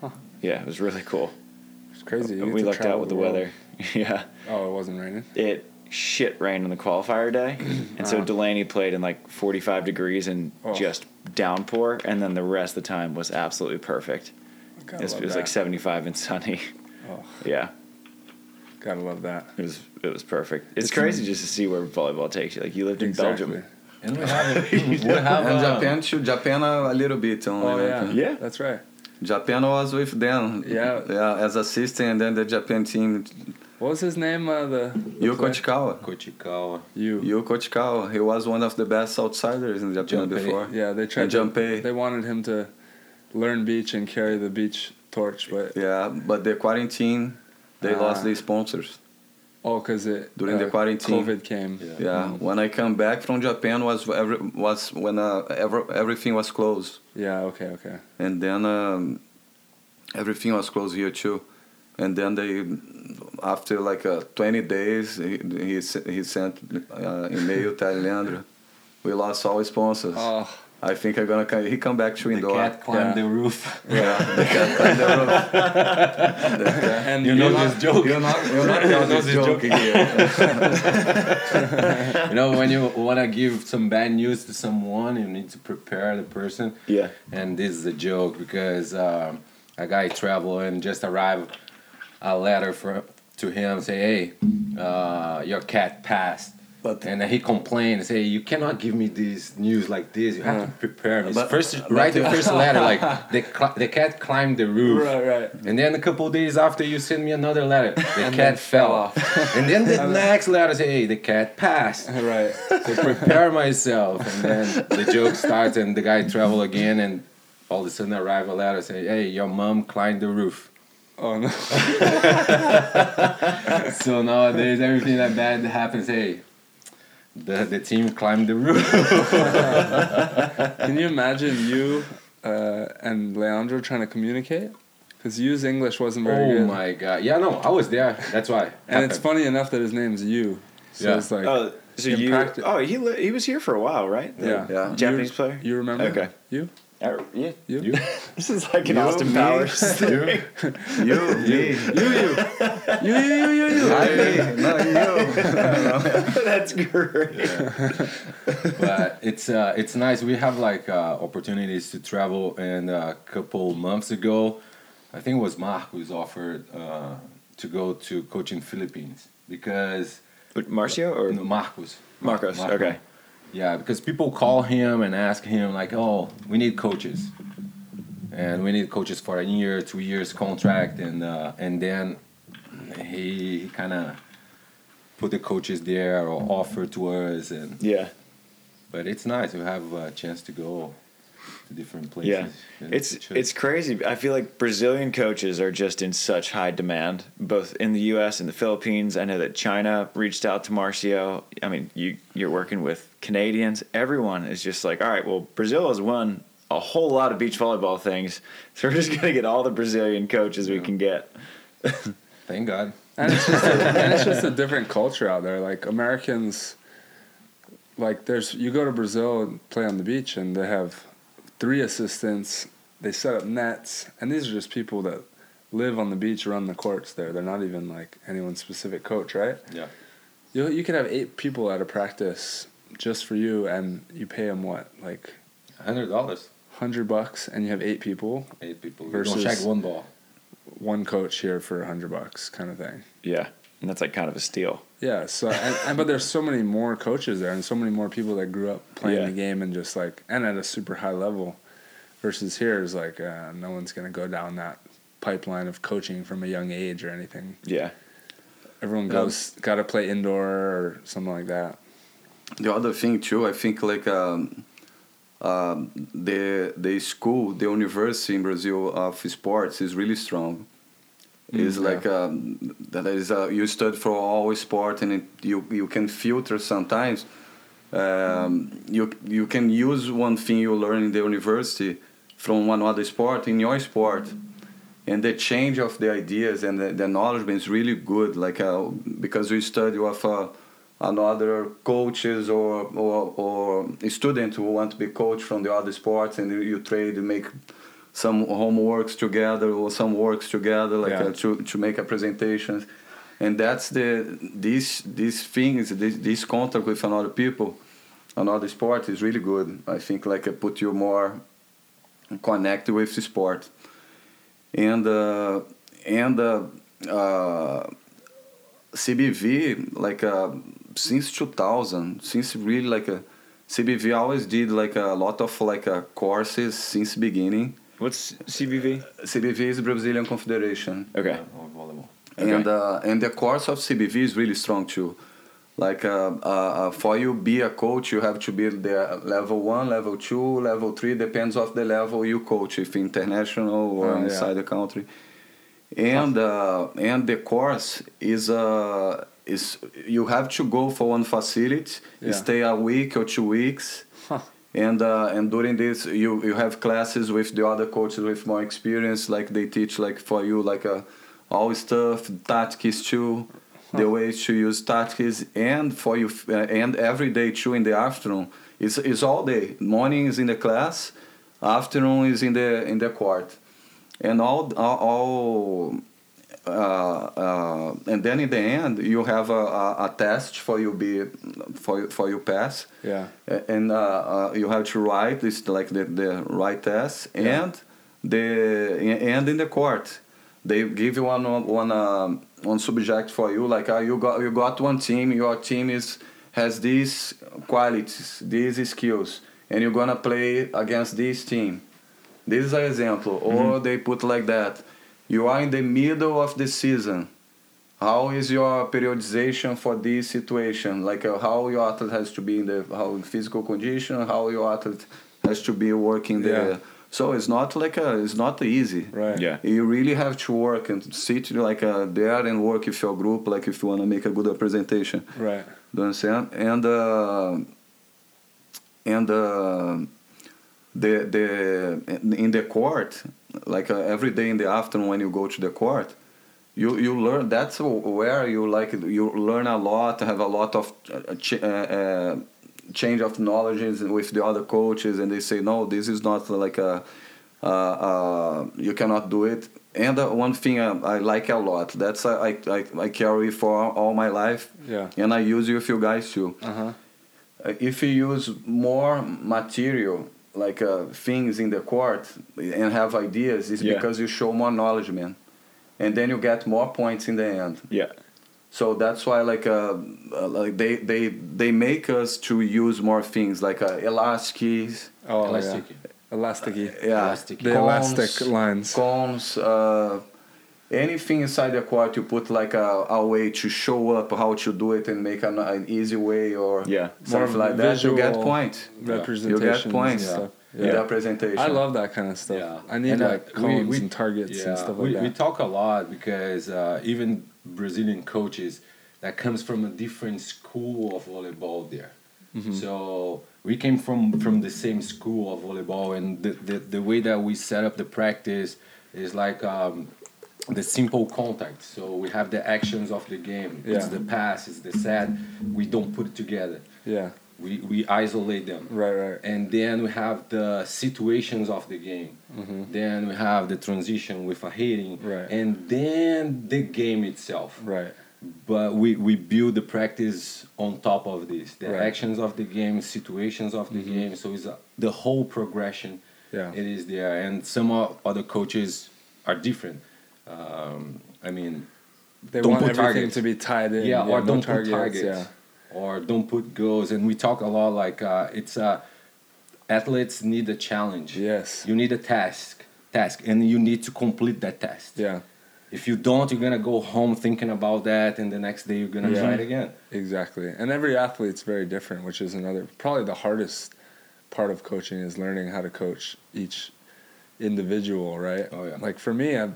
Speaker 1: Huh.
Speaker 2: Yeah, it was really cool.
Speaker 1: It's crazy. You get
Speaker 2: we
Speaker 1: to
Speaker 2: lucked out
Speaker 1: travel
Speaker 2: with the
Speaker 1: world.
Speaker 2: weather. yeah,
Speaker 1: Oh, it wasn't raining.
Speaker 2: it shit rained on the qualifier day, and so
Speaker 1: Wow.
Speaker 2: Delaney played in like 45 degrees and
Speaker 1: Oh.
Speaker 2: just downpour, and then the rest of the time was absolutely perfect.
Speaker 1: Gotta
Speaker 2: It was,
Speaker 1: love
Speaker 2: it was like
Speaker 1: that.
Speaker 2: 75 and sunny.
Speaker 1: Oh,
Speaker 2: yeah.
Speaker 1: gotta love that.
Speaker 2: It was it was perfect. It's, crazy just to see where volleyball takes you. Like you lived in Belgium.
Speaker 4: And we have, we have
Speaker 3: And
Speaker 4: uh,
Speaker 3: Japan, should, Japan uh, a little bit only.
Speaker 1: Oh yeah.
Speaker 3: like, uh,
Speaker 2: Yeah.
Speaker 1: That's right.
Speaker 3: Japan was with them.
Speaker 1: Yeah.
Speaker 3: Yeah, as assistant, and then the Japan team,
Speaker 1: What was his name? Uh, the the
Speaker 3: Yuko
Speaker 1: player?
Speaker 3: Chikawa.
Speaker 4: Kochikawa.
Speaker 1: You.
Speaker 3: Yuko Chikawa, he was one of the best outsiders in Japan
Speaker 4: Jumpy.
Speaker 3: before.
Speaker 1: Yeah, they tried.
Speaker 3: And
Speaker 1: to-
Speaker 3: Junpei.
Speaker 1: They wanted him to learn beach and carry the beach torch, but
Speaker 3: Yeah, but the quarantine, they
Speaker 1: Ah.
Speaker 3: lost the sponsors.
Speaker 1: oh, because it
Speaker 3: During the quarantine.
Speaker 1: COVID came.
Speaker 4: Yeah.
Speaker 3: Yeah, when I come back from Japan was every, was when uh, ever, everything was closed,
Speaker 1: Yeah, Okay. Okay.
Speaker 3: and then um, everything was closed here too, and then they after like uh, 20 days he he, s- he sent uh, email telling Leandro, we lost all sponsors.
Speaker 1: Oh,
Speaker 3: I think I'm gonna come, he come back to
Speaker 4: The
Speaker 3: indoor.
Speaker 4: cat climbed
Speaker 1: Yeah.
Speaker 4: the roof.
Speaker 3: Yeah, the cat climbed the roof.
Speaker 1: and
Speaker 4: You know this joke.
Speaker 3: You're not, you're not
Speaker 4: That
Speaker 3: this
Speaker 4: was a
Speaker 3: joke here.
Speaker 4: You know, when you want to give some bad news to someone, you need to prepare the person.
Speaker 2: Yeah.
Speaker 4: And this is a joke because um, a guy traveled and just arrived a letter for to him say, "Hey, uh, your cat passed."
Speaker 3: But-
Speaker 4: and then he complained and say, "You cannot give me this news like this. You have to prepare me.
Speaker 3: But-
Speaker 4: first,
Speaker 3: but-
Speaker 4: write the first letter like the cl- the cat climbed the roof."
Speaker 1: Right. Right.
Speaker 4: And then a couple days after, you send me another letter. The cat fell off. And then the next letter say, "Hey, the cat passed."
Speaker 1: Right.
Speaker 4: to prepare myself. And then the joke starts, and the guy travel again, and all of a sudden arrive a letter saying, "Hey, your mom climbed the roof."
Speaker 1: Oh no.
Speaker 4: So nowadays, everything that bad happens, hey, the the team climbed the roof.
Speaker 1: Can you imagine you uh, and Leandro trying to communicate? Because you's English wasn't very
Speaker 4: oh
Speaker 1: good.
Speaker 4: my god! Yeah, no, I was there. That's why.
Speaker 1: And it's funny enough that his name's you. So
Speaker 4: Yeah.
Speaker 1: it's like,
Speaker 2: Oh, so
Speaker 1: in
Speaker 2: you?
Speaker 1: practi-
Speaker 2: Oh, he li- he was here for a while, right?
Speaker 1: yeah.
Speaker 3: Yeah.
Speaker 2: Japanese player.
Speaker 1: You remember?
Speaker 2: Okay.
Speaker 1: You?
Speaker 2: Uh, yeah.
Speaker 1: You?
Speaker 4: You?
Speaker 2: This is like an
Speaker 3: You,
Speaker 2: Austin
Speaker 3: me,
Speaker 2: Powers thing.
Speaker 3: You, me,
Speaker 1: You, you. you, you, you, you, you.
Speaker 3: I, me, not you.
Speaker 2: That's great.
Speaker 4: but it's uh, it's nice. We have like uh, opportunities to travel, and a couple months ago, I think it was Mark who's offered uh, to go to coaching Philippines because
Speaker 2: But Marcio or
Speaker 4: no, Marcos.
Speaker 2: Marcos?
Speaker 4: Marco.
Speaker 2: Okay.
Speaker 4: Yeah, because people call him and ask him like, "Oh, we need coaches, and we need coaches for a year, two years contract," and uh, and then he, he kind of put the coaches there or offer to us, and
Speaker 2: Yeah.
Speaker 4: but it's nice to have a chance to go to different places.
Speaker 2: Yeah.
Speaker 4: and
Speaker 2: It's
Speaker 4: to
Speaker 2: it's crazy. I feel like Brazilian coaches are just in such high demand, both in the U.S. and the Philippines. I know that China reached out to Marcio. I mean, you you're working with Canadians. Everyone is just like, all right, well, Brazil has won a whole lot of beach volleyball things, so we're just gonna get all the Brazilian coaches we can get.
Speaker 4: thank God.
Speaker 1: And it's just a, and it's just a different culture out there. Like Americans, like there's you go to Brazil and play on the beach, and they have three assistants. They set up nets, and these are just people that live on the beach, run the courts there. They're not even like anyone's specific coach, right?
Speaker 4: Yeah.
Speaker 1: You you could have eight people at a practice just for you, and you pay them what like
Speaker 4: Hundred dollars,
Speaker 1: hundred bucks, and you have eight people,
Speaker 4: eight people.
Speaker 1: Versus-
Speaker 4: Versus check one ball.
Speaker 1: one coach here for hundred bucks, kind of thing.
Speaker 2: Yeah, and that's like kind of a steal.
Speaker 1: Yeah. So, and, and but there's so many more coaches there, and so many more people that grew up playing
Speaker 2: Yeah.
Speaker 1: the game and just like and at a super high level, versus here is like uh, no one's gonna go down that pipeline of coaching from a young age or anything.
Speaker 2: Yeah.
Speaker 1: Everyone goes got to play indoor or something like that.
Speaker 3: The other thing too, I think like um, um the the school, the university in Brazil of sports is really strong. It's like um, that is uh, you study for all sport and it, you you can filter sometimes. Um, you you can use one thing you learn in the university from one other sport in your sport, and the change of the ideas and the, the knowledge is really good like uh, because we study with uh, another coaches or, or or a student who want to be coach from the other sports and you, you trade and make some homeworks together or some works together like
Speaker 1: Yeah.
Speaker 3: uh, to, to make a presentation and that's the these these things this, this contact with another people another sport is really good i think like it put you more connected with the sport and uh, and uh, uh, CBV like uh, since 2000 since really like uh, a CBV always did like a lot of like uh, courses since beginning
Speaker 2: What's CBV?
Speaker 3: CBV is Brazilian Confederation
Speaker 2: Okay.
Speaker 4: Or volleyball.
Speaker 3: and uh, and the course of CBV is really strong too. Like uh, uh, uh, for you be a coach, you have to be the level one, level two, level three. Depends of the level you coach, if international or
Speaker 1: Oh, yeah.
Speaker 3: inside the country. And uh, and the course is uh, is you have to go for one facility,
Speaker 1: Yeah.
Speaker 3: stay a week or two weeks. And uh, and during this, you you have classes with the other coaches with more experience. Like they teach like for you like uh, all stuff tactics too, the ways to use tactics, and for you uh, and every day too in the afternoon. It's it's all day. Morning is in the class, afternoon is in the in the court, and all all. all uh, uh, and then in the end, you have a, a, a test for you be for you- for you pass.
Speaker 1: Yeah.
Speaker 3: A- and uh, uh, you have to write this like the, the right test and the and in the court they give you one one um, one subject for you like uh, you got you got one team your team is has these qualities these skills and you're gonna play against this team this is an example or they put like that you are in the middle of the season how is your periodization for this situation like uh, how your athlete has to be in the how physical condition how your athlete has to be working there
Speaker 1: Yeah.
Speaker 3: so it's not like a, it's not easy
Speaker 1: Right.
Speaker 2: Yeah.
Speaker 3: you really have to work and sit like uh, there and work with your group like if you want to make a good presentation
Speaker 1: Right.
Speaker 3: do you understand? And uh, and uh, the the in the court, like uh, every day in the afternoon when you go to the court, you you learn. That's where you like you learn a lot, have a lot of uh, ch- uh, uh, change of knowledges with the other coaches, and they say no, this is not like a. Uh, uh, you cannot do it. And uh, one thing I, I like a lot. That's uh, I, I I carry for all my life
Speaker 1: Yeah.
Speaker 3: and I use with you guys too.
Speaker 1: Uh huh.
Speaker 3: Uh, If you use more material, like uh, things in the court, and have ideas, it's
Speaker 2: Yeah.
Speaker 3: because you show more knowledge, man, and then you get more points in the end.
Speaker 2: Yeah.
Speaker 3: So that's why, like, uh, uh, like they they they make us to use more things, like uh, elastics,
Speaker 1: Oh
Speaker 4: Elastic.
Speaker 1: yeah.
Speaker 4: Uh,
Speaker 1: Elasticy.
Speaker 3: yeah,
Speaker 4: Elastic.
Speaker 1: The elastic lines.
Speaker 3: cones. Uh, Anything inside the court, you put like a, a way to show up how to do it and make an, an easy way or
Speaker 2: Yeah.
Speaker 3: something
Speaker 1: More
Speaker 3: like that. You get
Speaker 1: visual-
Speaker 3: point. You
Speaker 1: Representation.
Speaker 3: get points
Speaker 1: And stuff.
Speaker 3: in that presentation.
Speaker 1: I love that kind of stuff.
Speaker 4: Yeah.
Speaker 1: I need
Speaker 4: And, uh,
Speaker 1: like
Speaker 4: we-
Speaker 1: cones
Speaker 4: we-
Speaker 1: and targets and stuff like
Speaker 4: we,
Speaker 1: that.
Speaker 4: we talk a lot because uh, even Brazilian coaches that comes from a different school of volleyball there.
Speaker 1: Mm-hmm.
Speaker 4: So we came from from the same school of volleyball, and the the, the way that we set up the practice is like. Um, the simple contact. So we have the actions of the game. It's
Speaker 1: Yeah.
Speaker 4: the pass. It's the set. We don't put it together.
Speaker 1: yeah.
Speaker 4: We we isolate them
Speaker 1: Right. Right.
Speaker 4: and then we have the situations of the game then we have the transition with a hitting
Speaker 1: Mm-hmm. Right.
Speaker 4: and then the game itself
Speaker 1: Right.
Speaker 4: but we, we build the practice on top of this the
Speaker 1: Right. Mm-hmm.
Speaker 4: actions of the game situations of the game so it's a, the whole progression
Speaker 1: Yeah.
Speaker 4: it is there and some o- other coaches are different um, i mean
Speaker 1: They
Speaker 4: Don't
Speaker 1: want
Speaker 4: put
Speaker 1: everything
Speaker 4: targets.
Speaker 1: to be tied in.
Speaker 4: yeah, or
Speaker 1: no
Speaker 4: don't
Speaker 1: targets,
Speaker 4: put targets
Speaker 1: Yeah.
Speaker 4: or don't put goals and we talk a lot like uh, it's uh, athletes need a challenge
Speaker 1: Yes.
Speaker 4: you need a task task and you need to complete that task
Speaker 1: Yeah.
Speaker 4: if you don't you're gonna go home thinking about that and the next day you're gonna
Speaker 1: Yeah.
Speaker 4: try it again
Speaker 1: Exactly. And every athlete's very different, which is another probably the hardest part of coaching is learning how to coach each individual, right?
Speaker 4: Oh, yeah.
Speaker 1: Like for me, I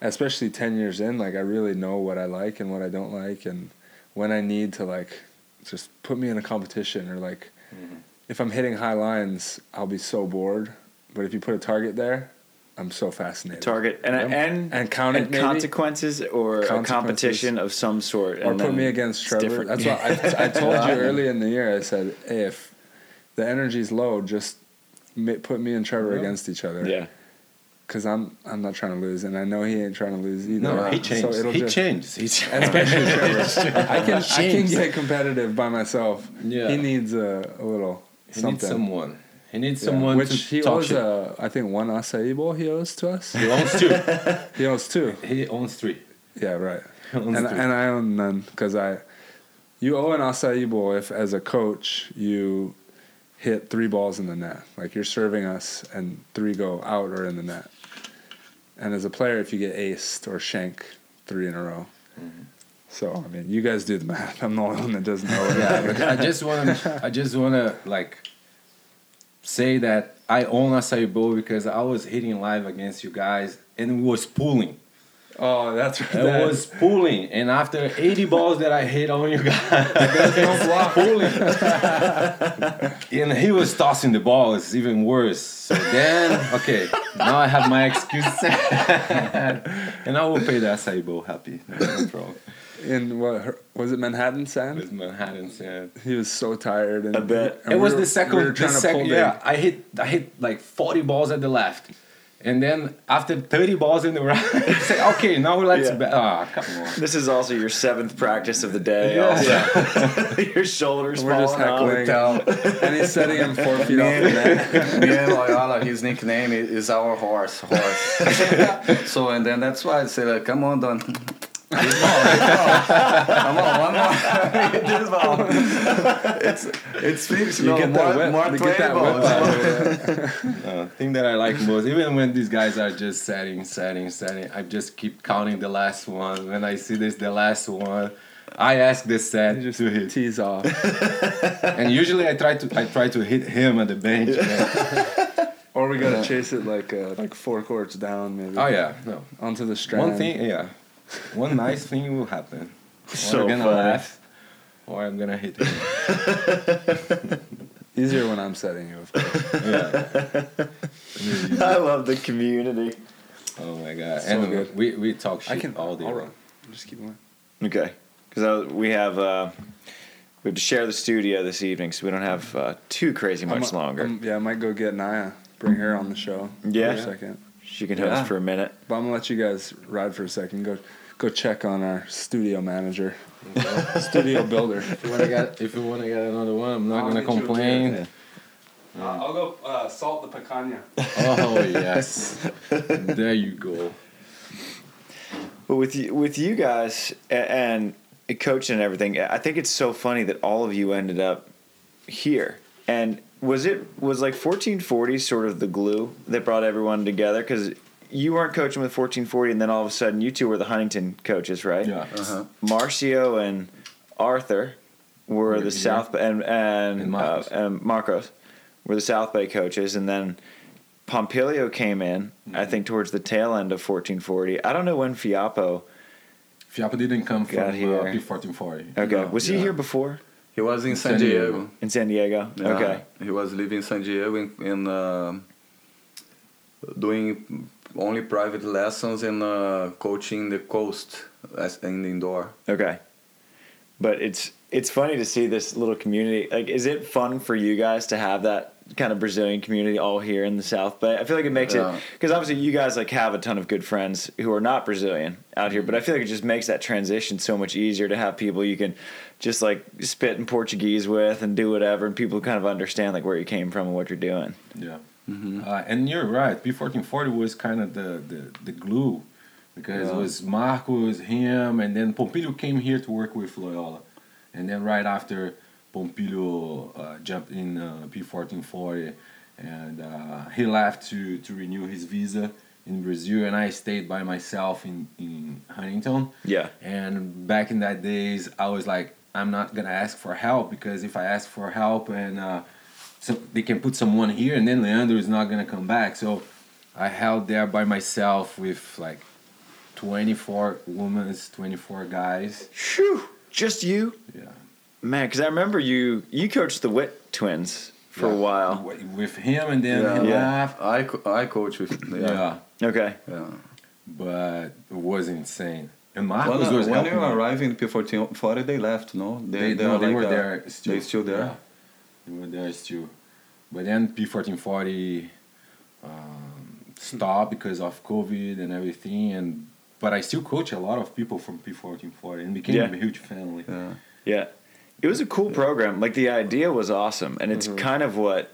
Speaker 1: especially 10 years in, like I really know what I like and what I don't like and when I need to like just put me in a competition or like
Speaker 4: Mm-hmm.
Speaker 1: if I'm hitting high lines, I'll be so bored. But if you put a target there, I'm so fascinated.
Speaker 2: target and
Speaker 1: I'm-
Speaker 2: and
Speaker 1: and count it maybe?
Speaker 2: consequences or a competition
Speaker 1: Consequences.
Speaker 2: of some sort
Speaker 1: or
Speaker 2: and
Speaker 1: put
Speaker 2: then
Speaker 1: me against
Speaker 2: it's
Speaker 1: Trevor.
Speaker 2: different.
Speaker 1: That's what I, I told you earlier in the year. I said, hey, if the energy's low, just ma- put me and Trevor against each other.
Speaker 2: yeah
Speaker 1: Because I'm I'm not trying to lose, and I know he ain't trying to lose either.
Speaker 4: No, he
Speaker 1: So
Speaker 4: changed.
Speaker 1: it'll
Speaker 4: he
Speaker 1: just-
Speaker 4: changed. He changed.
Speaker 1: and especially Trevor. I can I can
Speaker 4: changed.
Speaker 1: get competitive by myself.
Speaker 4: Yeah.
Speaker 1: He needs a, a little
Speaker 4: He
Speaker 1: something.
Speaker 4: needs someone. He needs
Speaker 1: Yeah.
Speaker 4: someone
Speaker 1: Which
Speaker 4: to
Speaker 1: he
Speaker 4: talk
Speaker 1: owes,
Speaker 4: shit.
Speaker 1: uh, I think, one acai bowl he owes to us.
Speaker 4: He owns two.
Speaker 1: he owns two.
Speaker 4: he owns three.
Speaker 1: Yeah, right.
Speaker 4: He owns
Speaker 1: and,
Speaker 4: three.
Speaker 1: and I own none because I, you owe an acai bowl if, as a coach, you hit three balls in the net. Like you're serving us, and three go out or in the net. And as a player, if you get aced or shank three in a row.
Speaker 4: Mm-hmm.
Speaker 1: So I mean, you guys do the math. I'm the only one that doesn't know.
Speaker 4: Yeah, but I just want to. I just want to like say that I own Acai Bowl because I was hitting live against you guys and it was pulling.
Speaker 1: oh, that's right.
Speaker 4: It was pulling, and after 80 balls that I hit on you guys, pulling. and he was tossing the ball. It's even worse. So then, okay, now I have my excuse, and I will pay the Acai Bowl happy. No, no problem.
Speaker 1: in what her- was it? Manhattan
Speaker 4: With
Speaker 1: Sand.
Speaker 4: Manhattan Sand.
Speaker 1: He was so tired. And,
Speaker 2: I bet.
Speaker 1: and
Speaker 4: it
Speaker 1: we
Speaker 4: was
Speaker 1: were-
Speaker 4: the second.
Speaker 1: we were
Speaker 4: the
Speaker 1: trying to
Speaker 4: second
Speaker 1: pull the-
Speaker 4: yeah, I hit. I hit like forty balls at the left, and then after thirty balls in the right, I say, okay, now let's.
Speaker 2: Yeah.
Speaker 4: ba- Ah, come on.
Speaker 2: this is also your seventh practice of the day
Speaker 4: Yeah.
Speaker 2: also. your shoulders
Speaker 1: We're just
Speaker 2: falling off.
Speaker 1: heckling. and he's setting him four feet off the net.
Speaker 3: Man, me and Loyola, his nickname i- is our horse, horse. so and then that's why I say like, come on, Don. This ball, this ball. Come on, one more. this ball. It's it's fixed.
Speaker 1: You
Speaker 3: no,
Speaker 1: get
Speaker 3: more,
Speaker 1: that whip.
Speaker 3: more
Speaker 1: you
Speaker 3: play
Speaker 1: get that
Speaker 3: balls.
Speaker 1: whip out.
Speaker 4: Uh, thing that I like most, even when these guys are just setting, setting, setting, I just keep counting the last one. When I see this, the last one, I ask the set
Speaker 1: You just
Speaker 4: to hit,
Speaker 1: tease off.
Speaker 4: and usually I try to, I try to hit him at the bench. but-
Speaker 1: Or we gotta chase it like uh, like four courts down, maybe.
Speaker 4: oh yeah, no.
Speaker 1: Onto the strand.
Speaker 4: One thing, yeah. One nice thing will happen. Or
Speaker 2: So
Speaker 4: I'm gonna
Speaker 2: funny.
Speaker 4: laugh, or I'm gonna hit him.
Speaker 1: Easier when I'm setting you, of course.
Speaker 4: Yeah.
Speaker 2: I love the community.
Speaker 4: Oh my god.
Speaker 1: So
Speaker 4: And
Speaker 1: good.
Speaker 4: we we talk shit
Speaker 1: I can
Speaker 4: all day
Speaker 1: I'll
Speaker 4: long.
Speaker 1: run. Just keep going.
Speaker 2: Okay, because we have uh, we have to share the studio this evening, so we don't have uh, too crazy much
Speaker 1: I'm-
Speaker 2: longer.
Speaker 1: I'm- yeah, I might go get Naya. Bring her on the show.
Speaker 2: Yeah.
Speaker 1: For a second.
Speaker 2: she can host
Speaker 3: Yeah.
Speaker 2: for a minute.
Speaker 1: But I'm gonna let you guys ride for a second. Go go check on our studio manager. studio builder.
Speaker 4: If you wanna get if you wanna get another one, I'm not
Speaker 1: I'll
Speaker 4: gonna
Speaker 1: get you a
Speaker 4: complain.
Speaker 1: I'll go uh, salt the picanha.
Speaker 4: Oh yes. there you go.
Speaker 2: But with you, with you guys a- and coaching and everything, I think it's so funny that all of you ended up here. And was it was like 1440 sort of the glue that brought everyone together? Because you weren't coaching with 1440, and then all of a sudden you two were the Huntington coaches, right?
Speaker 4: Yeah.
Speaker 3: Uh-huh.
Speaker 2: Marcio and Arthur were the South and and
Speaker 4: And
Speaker 2: and,
Speaker 4: Marcos.
Speaker 2: Uh, and Marcos were the South Bay coaches, and then Pompilio came in. I
Speaker 4: Mm-hmm.
Speaker 2: think towards the tail end of 1440. I don't know when Fiapo.
Speaker 4: Fiapo didn't come from
Speaker 2: Got
Speaker 4: uh,
Speaker 2: here.
Speaker 4: P1440.
Speaker 2: Okay,
Speaker 3: No,
Speaker 2: was he
Speaker 3: yeah.
Speaker 2: here before
Speaker 3: He was in San
Speaker 4: San Diego.
Speaker 3: Diego.
Speaker 2: in San Diego?
Speaker 3: Yeah,
Speaker 2: Okay,
Speaker 3: He was living in San Diego in, in uh, doing only private lessons and uh, coaching the coast as in indoor.
Speaker 2: okay, but it's it's funny to see this little community. Like, is it fun for you guys to have that? kind of brazilian community all here in the south but i feel like it makes
Speaker 3: Yeah.
Speaker 2: it because obviously you guys like have a ton of good friends who are not brazilian out here but i feel like it just makes that transition so much easier to have people you can just like spit in portuguese with and do whatever and people kind of understand like where you came from and what you're doing
Speaker 4: Yeah.
Speaker 2: Mm-hmm.
Speaker 4: Uh, and you're right. P1440 was kind of the, the, the glue because it
Speaker 3: Yeah.
Speaker 4: was Marcos, him, and then Pompilio came here to work with Loyola. And then right after, Pompilio uh, jumped in uh, P1440 and uh, he left to, to renew his visa in Brazil. And I stayed by myself in, in Huntington.
Speaker 2: yeah
Speaker 4: And back in that days, I was like, I'm not gonna ask for help because if I ask for help and uh, so they can put someone here, and then Leandro is not gonna come back. So I held there by myself with like 24 women, 24 guys.
Speaker 2: Shoo! Just you,
Speaker 4: Yeah.
Speaker 2: man. Because I remember you. You coached the Witt twins for a
Speaker 3: Yeah.
Speaker 2: while.
Speaker 4: w- with him and then
Speaker 3: Yeah.
Speaker 4: he
Speaker 2: Yeah.
Speaker 4: left.
Speaker 3: I, co- I coach with yeah.
Speaker 4: Yeah.
Speaker 2: Okay.
Speaker 3: yeah.
Speaker 4: but it was insane. And Marcos
Speaker 3: When,
Speaker 4: was
Speaker 3: when
Speaker 4: helping.
Speaker 3: you
Speaker 4: me.
Speaker 3: arrived in P14, 40, they left, no?
Speaker 4: They, no,
Speaker 3: are
Speaker 4: they
Speaker 3: like,
Speaker 4: were
Speaker 3: uh,
Speaker 4: there still.
Speaker 3: They still there?
Speaker 4: Yeah. They were there still. But then P1440 um, stopped because of COVID and everything. And But I still coach a lot of people from P1440 and became
Speaker 2: Yeah.
Speaker 4: a huge family.
Speaker 3: Yeah.
Speaker 2: Yeah. It was a cool program. Like the idea was awesome. And it's kind of what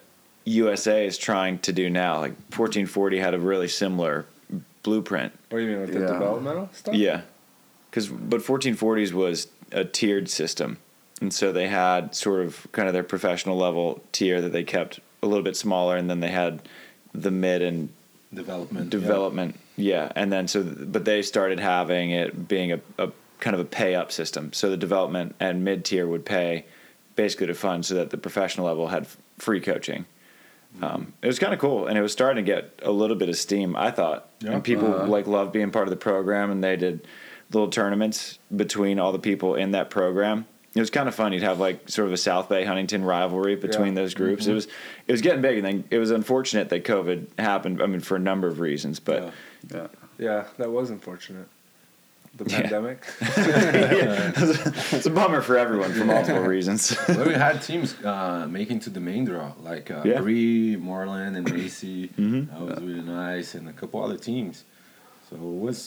Speaker 2: USA is trying to do now. Like 1440 had a really similar blueprint.
Speaker 1: What do you mean with the
Speaker 3: Yeah.
Speaker 1: developmental stuff?
Speaker 2: Yeah. Cause, but 1440s was a tiered system. And so they had sort of kind of their professional level tier that they kept a little bit smaller. And then they had the mid and
Speaker 4: Development. yeah.
Speaker 2: development yeah. and then so but they started having it being a, a kind of a pay up system so the development and mid tier would pay basically to fund so that the professional level had f- free coaching um, it was kind of cool and it was starting to get a little bit of steam i thought
Speaker 4: Yeah.
Speaker 2: and people
Speaker 3: Uh-huh.
Speaker 2: like loved being part of the program and they did little tournaments between all the people in that program it was kind of fun you'd have like sort of a south bay huntington rivalry between
Speaker 1: Yeah.
Speaker 2: those groups it was it was getting big and then it was unfortunate that covid happened i mean for a number of reasons but
Speaker 4: Yeah.
Speaker 3: yeah.
Speaker 1: Yeah, that was unfortunate. The
Speaker 2: Yeah.
Speaker 1: pandemic.
Speaker 2: it's a bummer for everyone for multiple reasons.
Speaker 4: Well, we had teams uh, making to the main draw, like uh,
Speaker 2: Yeah. Mm-hmm.
Speaker 4: Bree, Moreland, and Macy. That was really nice, and a couple other teams. So it was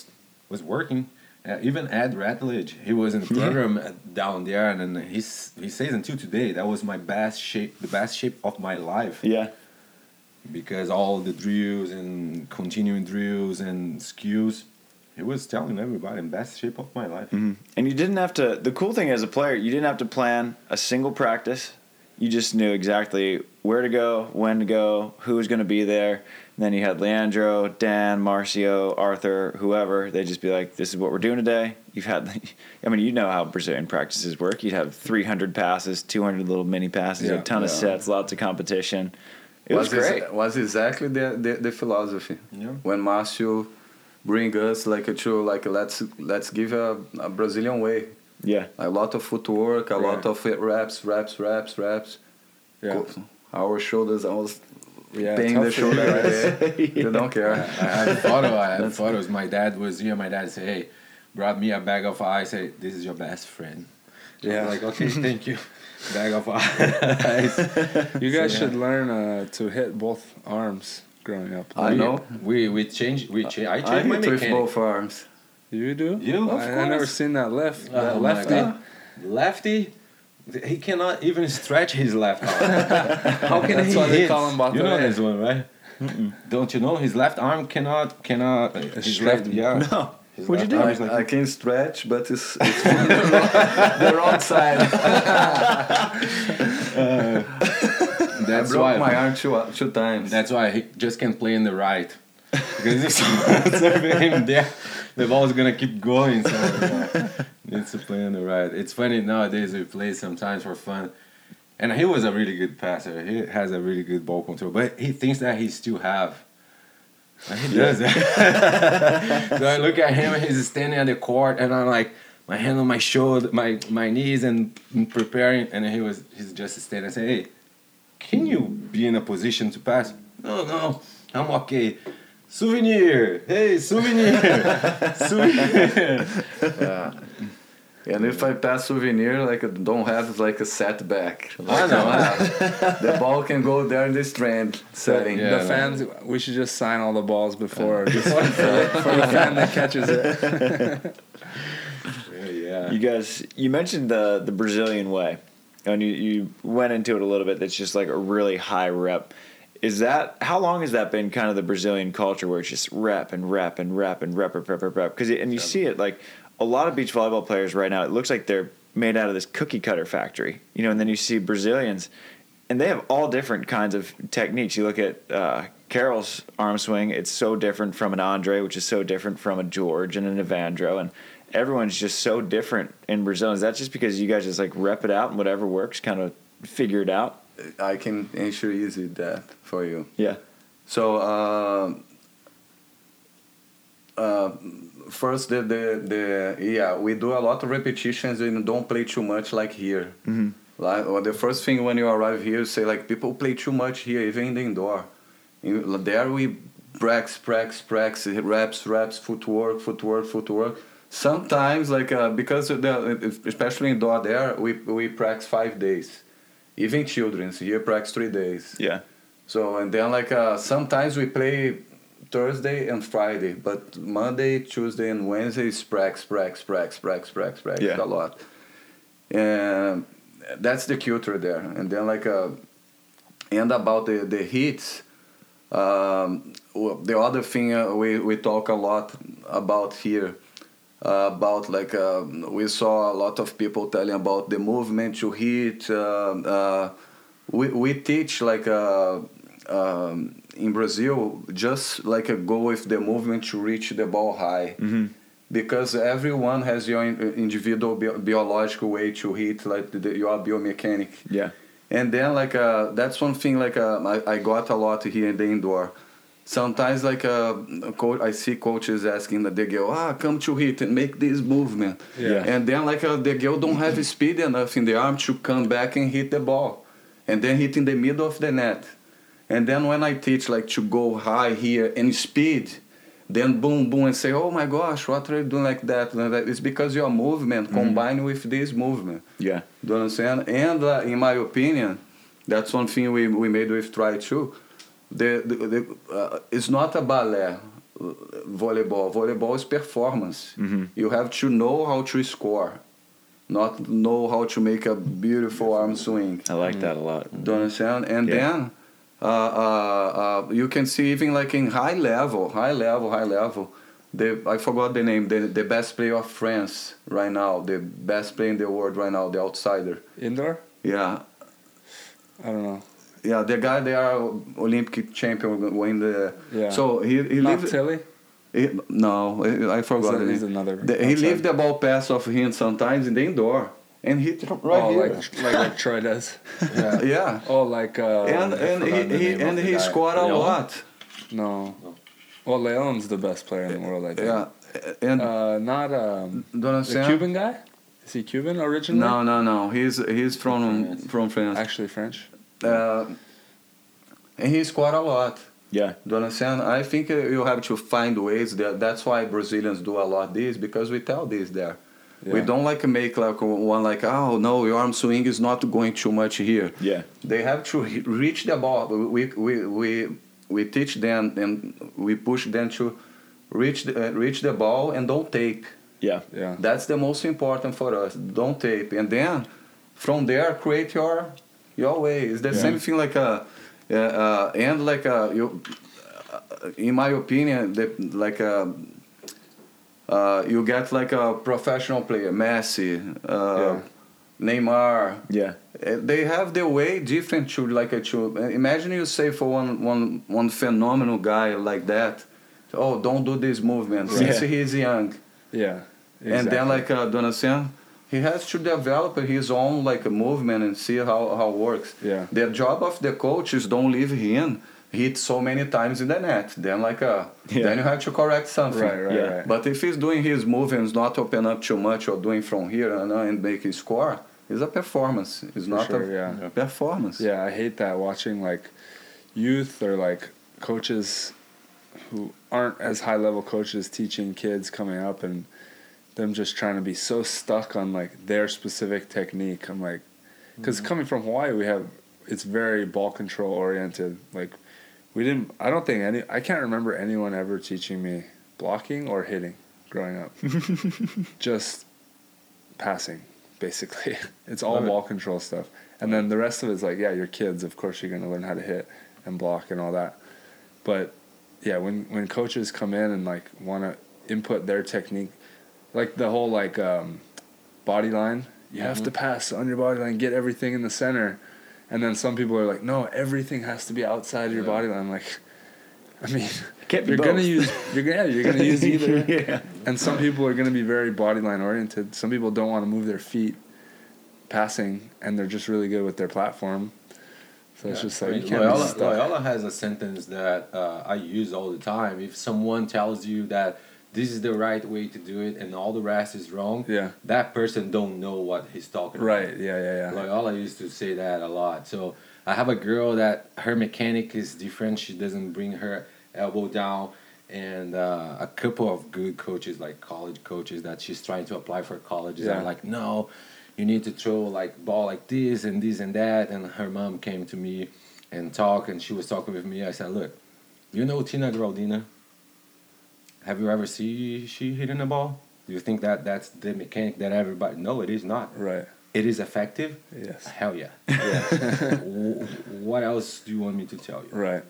Speaker 4: was working. Uh, even Ed Ratledge, he was in the program uh down there, and then he's, he says until today that was my best shape, the best shape of my life,
Speaker 2: yeah,
Speaker 4: because all the drills and continuing drills and skills. He was telling everybody, best shape of my life.
Speaker 2: and you didn't have to. The cool thing as a player, you didn't have to plan a single practice. You just knew exactly where to go, when to go, who was going to be there. And then you had Leandro, Dan, Marcio, Arthur, whoever. They'd just be like, "This is what we're doing today." You've had, I mean, you know how Brazilian practices work. You'd have 300 passes, 200 little mini passes,
Speaker 1: Yeah,
Speaker 2: a ton of
Speaker 3: yeah.
Speaker 2: sets, lots of competition. It was,
Speaker 3: ex-
Speaker 2: great.
Speaker 3: was exactly the, the, the philosophy.
Speaker 4: Yeah.
Speaker 3: When Marcio bring us like to like let's let's give a, a Brazilian way.
Speaker 2: yeah.
Speaker 3: A lot of footwork, a lot of reps, reps, reps, reps.
Speaker 1: yeah.
Speaker 3: Co- Our shoulders almost
Speaker 1: Yeah,
Speaker 3: paying
Speaker 1: tough
Speaker 3: the
Speaker 1: for you
Speaker 3: shoulder.
Speaker 1: guys.
Speaker 3: yeah. They don't
Speaker 4: I
Speaker 3: care.
Speaker 4: had photo. I had photos. My dad was here. My dad said, "Hey, brought me a bag of ice. Hey, this is your best friend." Yeah,
Speaker 1: Yeah.
Speaker 4: like okay, thank you. Bag of ice.
Speaker 1: You guys
Speaker 4: So, yeah.
Speaker 1: should learn uh, to hit both arms growing up.
Speaker 3: I
Speaker 4: We-
Speaker 3: know.
Speaker 4: We we changed. We changed. I
Speaker 3: I
Speaker 4: changed my
Speaker 3: hit with
Speaker 4: mechanic.
Speaker 3: both arms.
Speaker 1: You do?
Speaker 4: You, of
Speaker 1: I, I never
Speaker 4: course.
Speaker 1: seen that left.
Speaker 4: Oh
Speaker 1: that
Speaker 4: my
Speaker 1: lefty.
Speaker 4: God. Lefty. th- He cannot even stretch his left arm. How can
Speaker 1: That's
Speaker 4: he
Speaker 1: why they
Speaker 4: hit?
Speaker 1: call him
Speaker 4: you know
Speaker 1: Batalha.
Speaker 4: this one, right? Don't you know his left arm cannot cannot uh, his
Speaker 1: straight.
Speaker 4: left yeah.
Speaker 2: No.
Speaker 4: His
Speaker 2: What'd you
Speaker 4: left
Speaker 2: do?
Speaker 4: arm
Speaker 3: I,
Speaker 4: is like-
Speaker 3: I can stretch, but it's, it's from the, wrong, the wrong side. I
Speaker 4: That's
Speaker 3: broke
Speaker 4: why
Speaker 3: my arm two, two times.
Speaker 4: That's why he just can't play in the right. Because if someone's over him there, the ball's gonna keep going. So yeah, needs to play on the right. It's funny nowadays we play sometimes for fun. And he was a really good passer. He has a really good ball control, but he thinks that he still have. And he does that. so I look at him. He's standing at the court, and I'm like, my hand on my shoulder, my my knees, and preparing. And he was he's just standing. I say, hey, can you be in a position to pass? No, no, I'm okay. Souvenir, hey, souvenir, souvenir.
Speaker 3: And if I pass souvenir, like I don't have like a setback. Like,
Speaker 4: know.
Speaker 3: uh, the ball can go there in the strand setting.
Speaker 4: Yeah,
Speaker 1: the
Speaker 4: no.
Speaker 1: fans, we should just sign all the balls before, just for, for the fan that catches it.
Speaker 4: yeah,
Speaker 2: You guys, you mentioned the the Brazilian way, and you, you went into it a little bit. That's just like a really high rep. Is that how long has that been kind of the Brazilian culture where it's just rep and rep and rep and rep and rep and rep? Because and you see it like a lot of beach volleyball players right now. It looks like they're made out of this cookie cutter factory, you know. And then you see Brazilians, and they have all different kinds of techniques. You look at uh, Carroll's arm swing; it's so different from an Andre, which is so different from a George and an Evandro, and everyone's just so different in Brazil. Is that just because you guys just like rep it out and whatever works, kind of figure it out?
Speaker 3: I can ensure easy that for you.
Speaker 2: Yeah,
Speaker 3: So uh, uh, first, the, the the yeah, we do a lot of repetitions and don't play too much like here. Like, well, the first thing when you arrive here, you say like people play too much here, even in the indoor. In, there we prax, prax, prax, reps, reps, footwork, footwork, footwork. Sometimes like uh, because of the, especially indoor there, we we prax five days. Even childrens here prax three days.
Speaker 2: Yeah.
Speaker 3: So and then like uh, sometimes we play Thursday and Friday, but Monday, Tuesday, and Wednesday is prax, prax, prax, prax, prax, prax
Speaker 2: Yeah.
Speaker 3: a lot. And that's the culture there. And then like uh, and about the the hits, um, well, the other thing uh, we we talk a lot about here. Uh, about like uh, we saw a lot of people telling about the movement to hit. Uh, uh, we we teach like uh, um, in Brazil just like a go with the movement to reach the ball high because everyone has your in- uh, individual bio- biological way to hit like the, your biomechanic
Speaker 2: Yeah.
Speaker 3: and then like uh, that's one thing like uh, I, I got a lot here in the indoor sometimes like uh, coach, i see coaches asking the girl ah come to hit and make this movement
Speaker 1: Yeah.
Speaker 3: and then like uh, the girl don't have speed enough in the arm to come back and hit the ball and then hit in the middle of the net and then when i teach like to go high here and speed then boom boom and say oh my gosh what are you doing like that And that- it's because your movement combined with this movement
Speaker 2: Yeah.
Speaker 3: do you understand? And uh, in my opinion, that's one thing we, we made with try too. The, the, the, uh, it's not a ballet uh, volleyball. Volleyball is performance. You have to know how to score, not know how to make a beautiful arm swing.
Speaker 2: I like that a lot.
Speaker 3: Do you understand? And
Speaker 2: Yeah.
Speaker 3: then uh, uh, uh, you can see even like in high level, high level, high level. The I forgot the name. The the best player of France right now, the best player in the world right now, the outsider.
Speaker 1: Indoor?
Speaker 3: Yeah,
Speaker 1: I don't know.
Speaker 3: yeah. The guy they are Olympic champion win the.
Speaker 1: Yeah.
Speaker 3: So he he
Speaker 1: Not
Speaker 3: lived.
Speaker 1: Tilly?
Speaker 3: he- no, I I forgot.
Speaker 1: He's a-
Speaker 3: the name.
Speaker 1: he's another
Speaker 3: The- he
Speaker 1: outside.
Speaker 3: leave the ball pass of him sometimes in the indoor and hit right
Speaker 1: oh,
Speaker 3: here.
Speaker 1: like, like like Troy does.
Speaker 4: Yeah.
Speaker 3: yeah.
Speaker 1: Oh, like uh,
Speaker 3: And
Speaker 1: I
Speaker 3: and
Speaker 1: forgot
Speaker 3: he,
Speaker 1: the
Speaker 3: he
Speaker 1: name of
Speaker 3: and
Speaker 1: the
Speaker 3: he
Speaker 1: guy.
Speaker 3: scored a
Speaker 4: Leon?
Speaker 3: lot.
Speaker 1: No. Well, Leon's the best player in the world, I think.
Speaker 3: Yeah. And
Speaker 1: Uh, not um,
Speaker 3: Don't
Speaker 1: the
Speaker 3: understand?
Speaker 1: Cuban guy. Is he Cuban originally?
Speaker 3: No, no, no. He's he's from from France.
Speaker 1: actually French.
Speaker 3: Uh, and he scored a lot.
Speaker 2: Yeah.
Speaker 3: Do you understand? I think uh, you have to find ways. That that's why Brazilians do a lot this because we tell this there. We
Speaker 1: Yeah.
Speaker 3: don't like make like one like oh no your arm swing is not going too much here.
Speaker 2: Yeah.
Speaker 3: They have to re- reach the ball. We we we we teach them and we push them to reach the, uh, reach the ball and don't tape.
Speaker 2: Yeah.
Speaker 1: Yeah.
Speaker 3: That's the most important for us. Don't tape, and then from there create your your way. It's the same thing like a uh, uh, and like a you. Uh, in my opinion, the, like a. Uh, you get like a professional player, Messi, uh, Neymar,
Speaker 2: Yeah.
Speaker 3: uh, they have their way different to like a to uh, imagine you say for one one one phenomenal guy like that oh don't do this movement since
Speaker 2: Yeah.
Speaker 3: he's young
Speaker 1: Yeah.
Speaker 3: and
Speaker 1: exactly.
Speaker 3: then like uh, Donatien, he has to develop his own like a movement and see how how it works.
Speaker 1: Yeah.
Speaker 3: The job of the coach is don't leave him hit so many times in the net. Then like uh,
Speaker 2: Yeah.
Speaker 3: then you have to correct something.
Speaker 1: Right, right,
Speaker 2: Yeah.
Speaker 1: right.
Speaker 3: But if he's doing his movements, not open up too much or doing from here and, uh, and making score, it's a performance. It's not
Speaker 1: sure,
Speaker 3: a
Speaker 1: yeah.
Speaker 3: performance.
Speaker 1: Yeah, I hate that watching like youth or like coaches who aren't as high level coaches teaching kids coming up and them just trying to be so stuck on like their specific technique. I'm like,
Speaker 3: Mm-hmm.
Speaker 1: because coming from Hawaii, we have it's very ball control oriented. Like, we didn't, I don't think any, I can't remember anyone ever teaching me blocking or hitting growing up. just passing, basically. It's all
Speaker 3: Love it.
Speaker 1: ball control stuff. And then the rest of it's like, yeah, you're kids. Of course, you're going to learn how to hit and block and all that. But yeah, when when coaches come in and like want to input their technique, like the whole like um, body line, you have
Speaker 2: Mm-hmm.
Speaker 1: to pass on your body line, get everything in the center. And then some people are like, no, everything has to be outside your body line. Like, I mean,
Speaker 2: Can't be
Speaker 1: you're gonna
Speaker 2: both.
Speaker 1: use you're gonna yeah, you're gonna use either.
Speaker 2: yeah.
Speaker 1: And some people are going to be very body line oriented. Some people don't want to move their feet passing, and they're just really good with their platform. So it's just like you can't be
Speaker 4: Loyola,
Speaker 1: stuck.
Speaker 4: Loyola has a sentence that uh, I use all the time. If someone tells you that this is the right way to do it and all the rest is wrong
Speaker 1: Yeah.
Speaker 4: that person don't know what he's talking about
Speaker 1: Right. Yeah. Yeah. Yeah.
Speaker 4: like all I used to say that a lot. So I have a girl that her mechanic is different. She doesn't bring her elbow down, and uh, a couple of good coaches, like college coaches, that she's trying to apply for colleges.
Speaker 1: Yeah.
Speaker 4: are like, no, you need to throw like ball like this and this and that. And her mom came to me and talk, and she was talking with me. I said, look, you know Tina Graldina. Have you ever see she hitting a ball? Do you think that that's the mechanic that everybody? No, it is not.
Speaker 1: Right.
Speaker 4: It is effective.
Speaker 1: Yes.
Speaker 4: Hell yeah. W- what else do you want me to tell you?
Speaker 1: Right.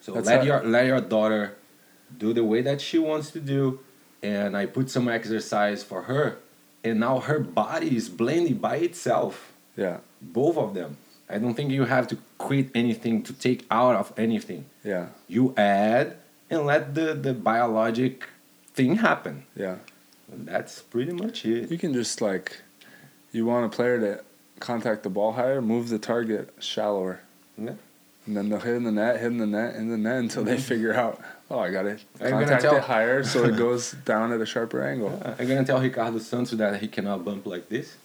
Speaker 4: So
Speaker 1: That's
Speaker 4: let
Speaker 1: how-
Speaker 4: your let your daughter do the way that she wants to do, and I put some exercise for her, and now her body is blending by itself.
Speaker 1: Yeah.
Speaker 4: Both of them. I don't think you have to quit anything to take out of anything.
Speaker 1: Yeah.
Speaker 4: You add and let the the biologic thing happen.
Speaker 1: Yeah.
Speaker 4: That's pretty much it.
Speaker 1: You can just like, you want a player to contact the ball higher, move the target shallower.
Speaker 4: Yeah.
Speaker 1: And then they'll hit in the net, hit in the net, in the net until they figure out, oh, I got to
Speaker 4: Mm-hmm. gonna
Speaker 1: contact
Speaker 4: tell-
Speaker 1: it higher so it goes down at a sharper angle.
Speaker 4: I'm gonna tell Ricardo Santos that he cannot bump like this.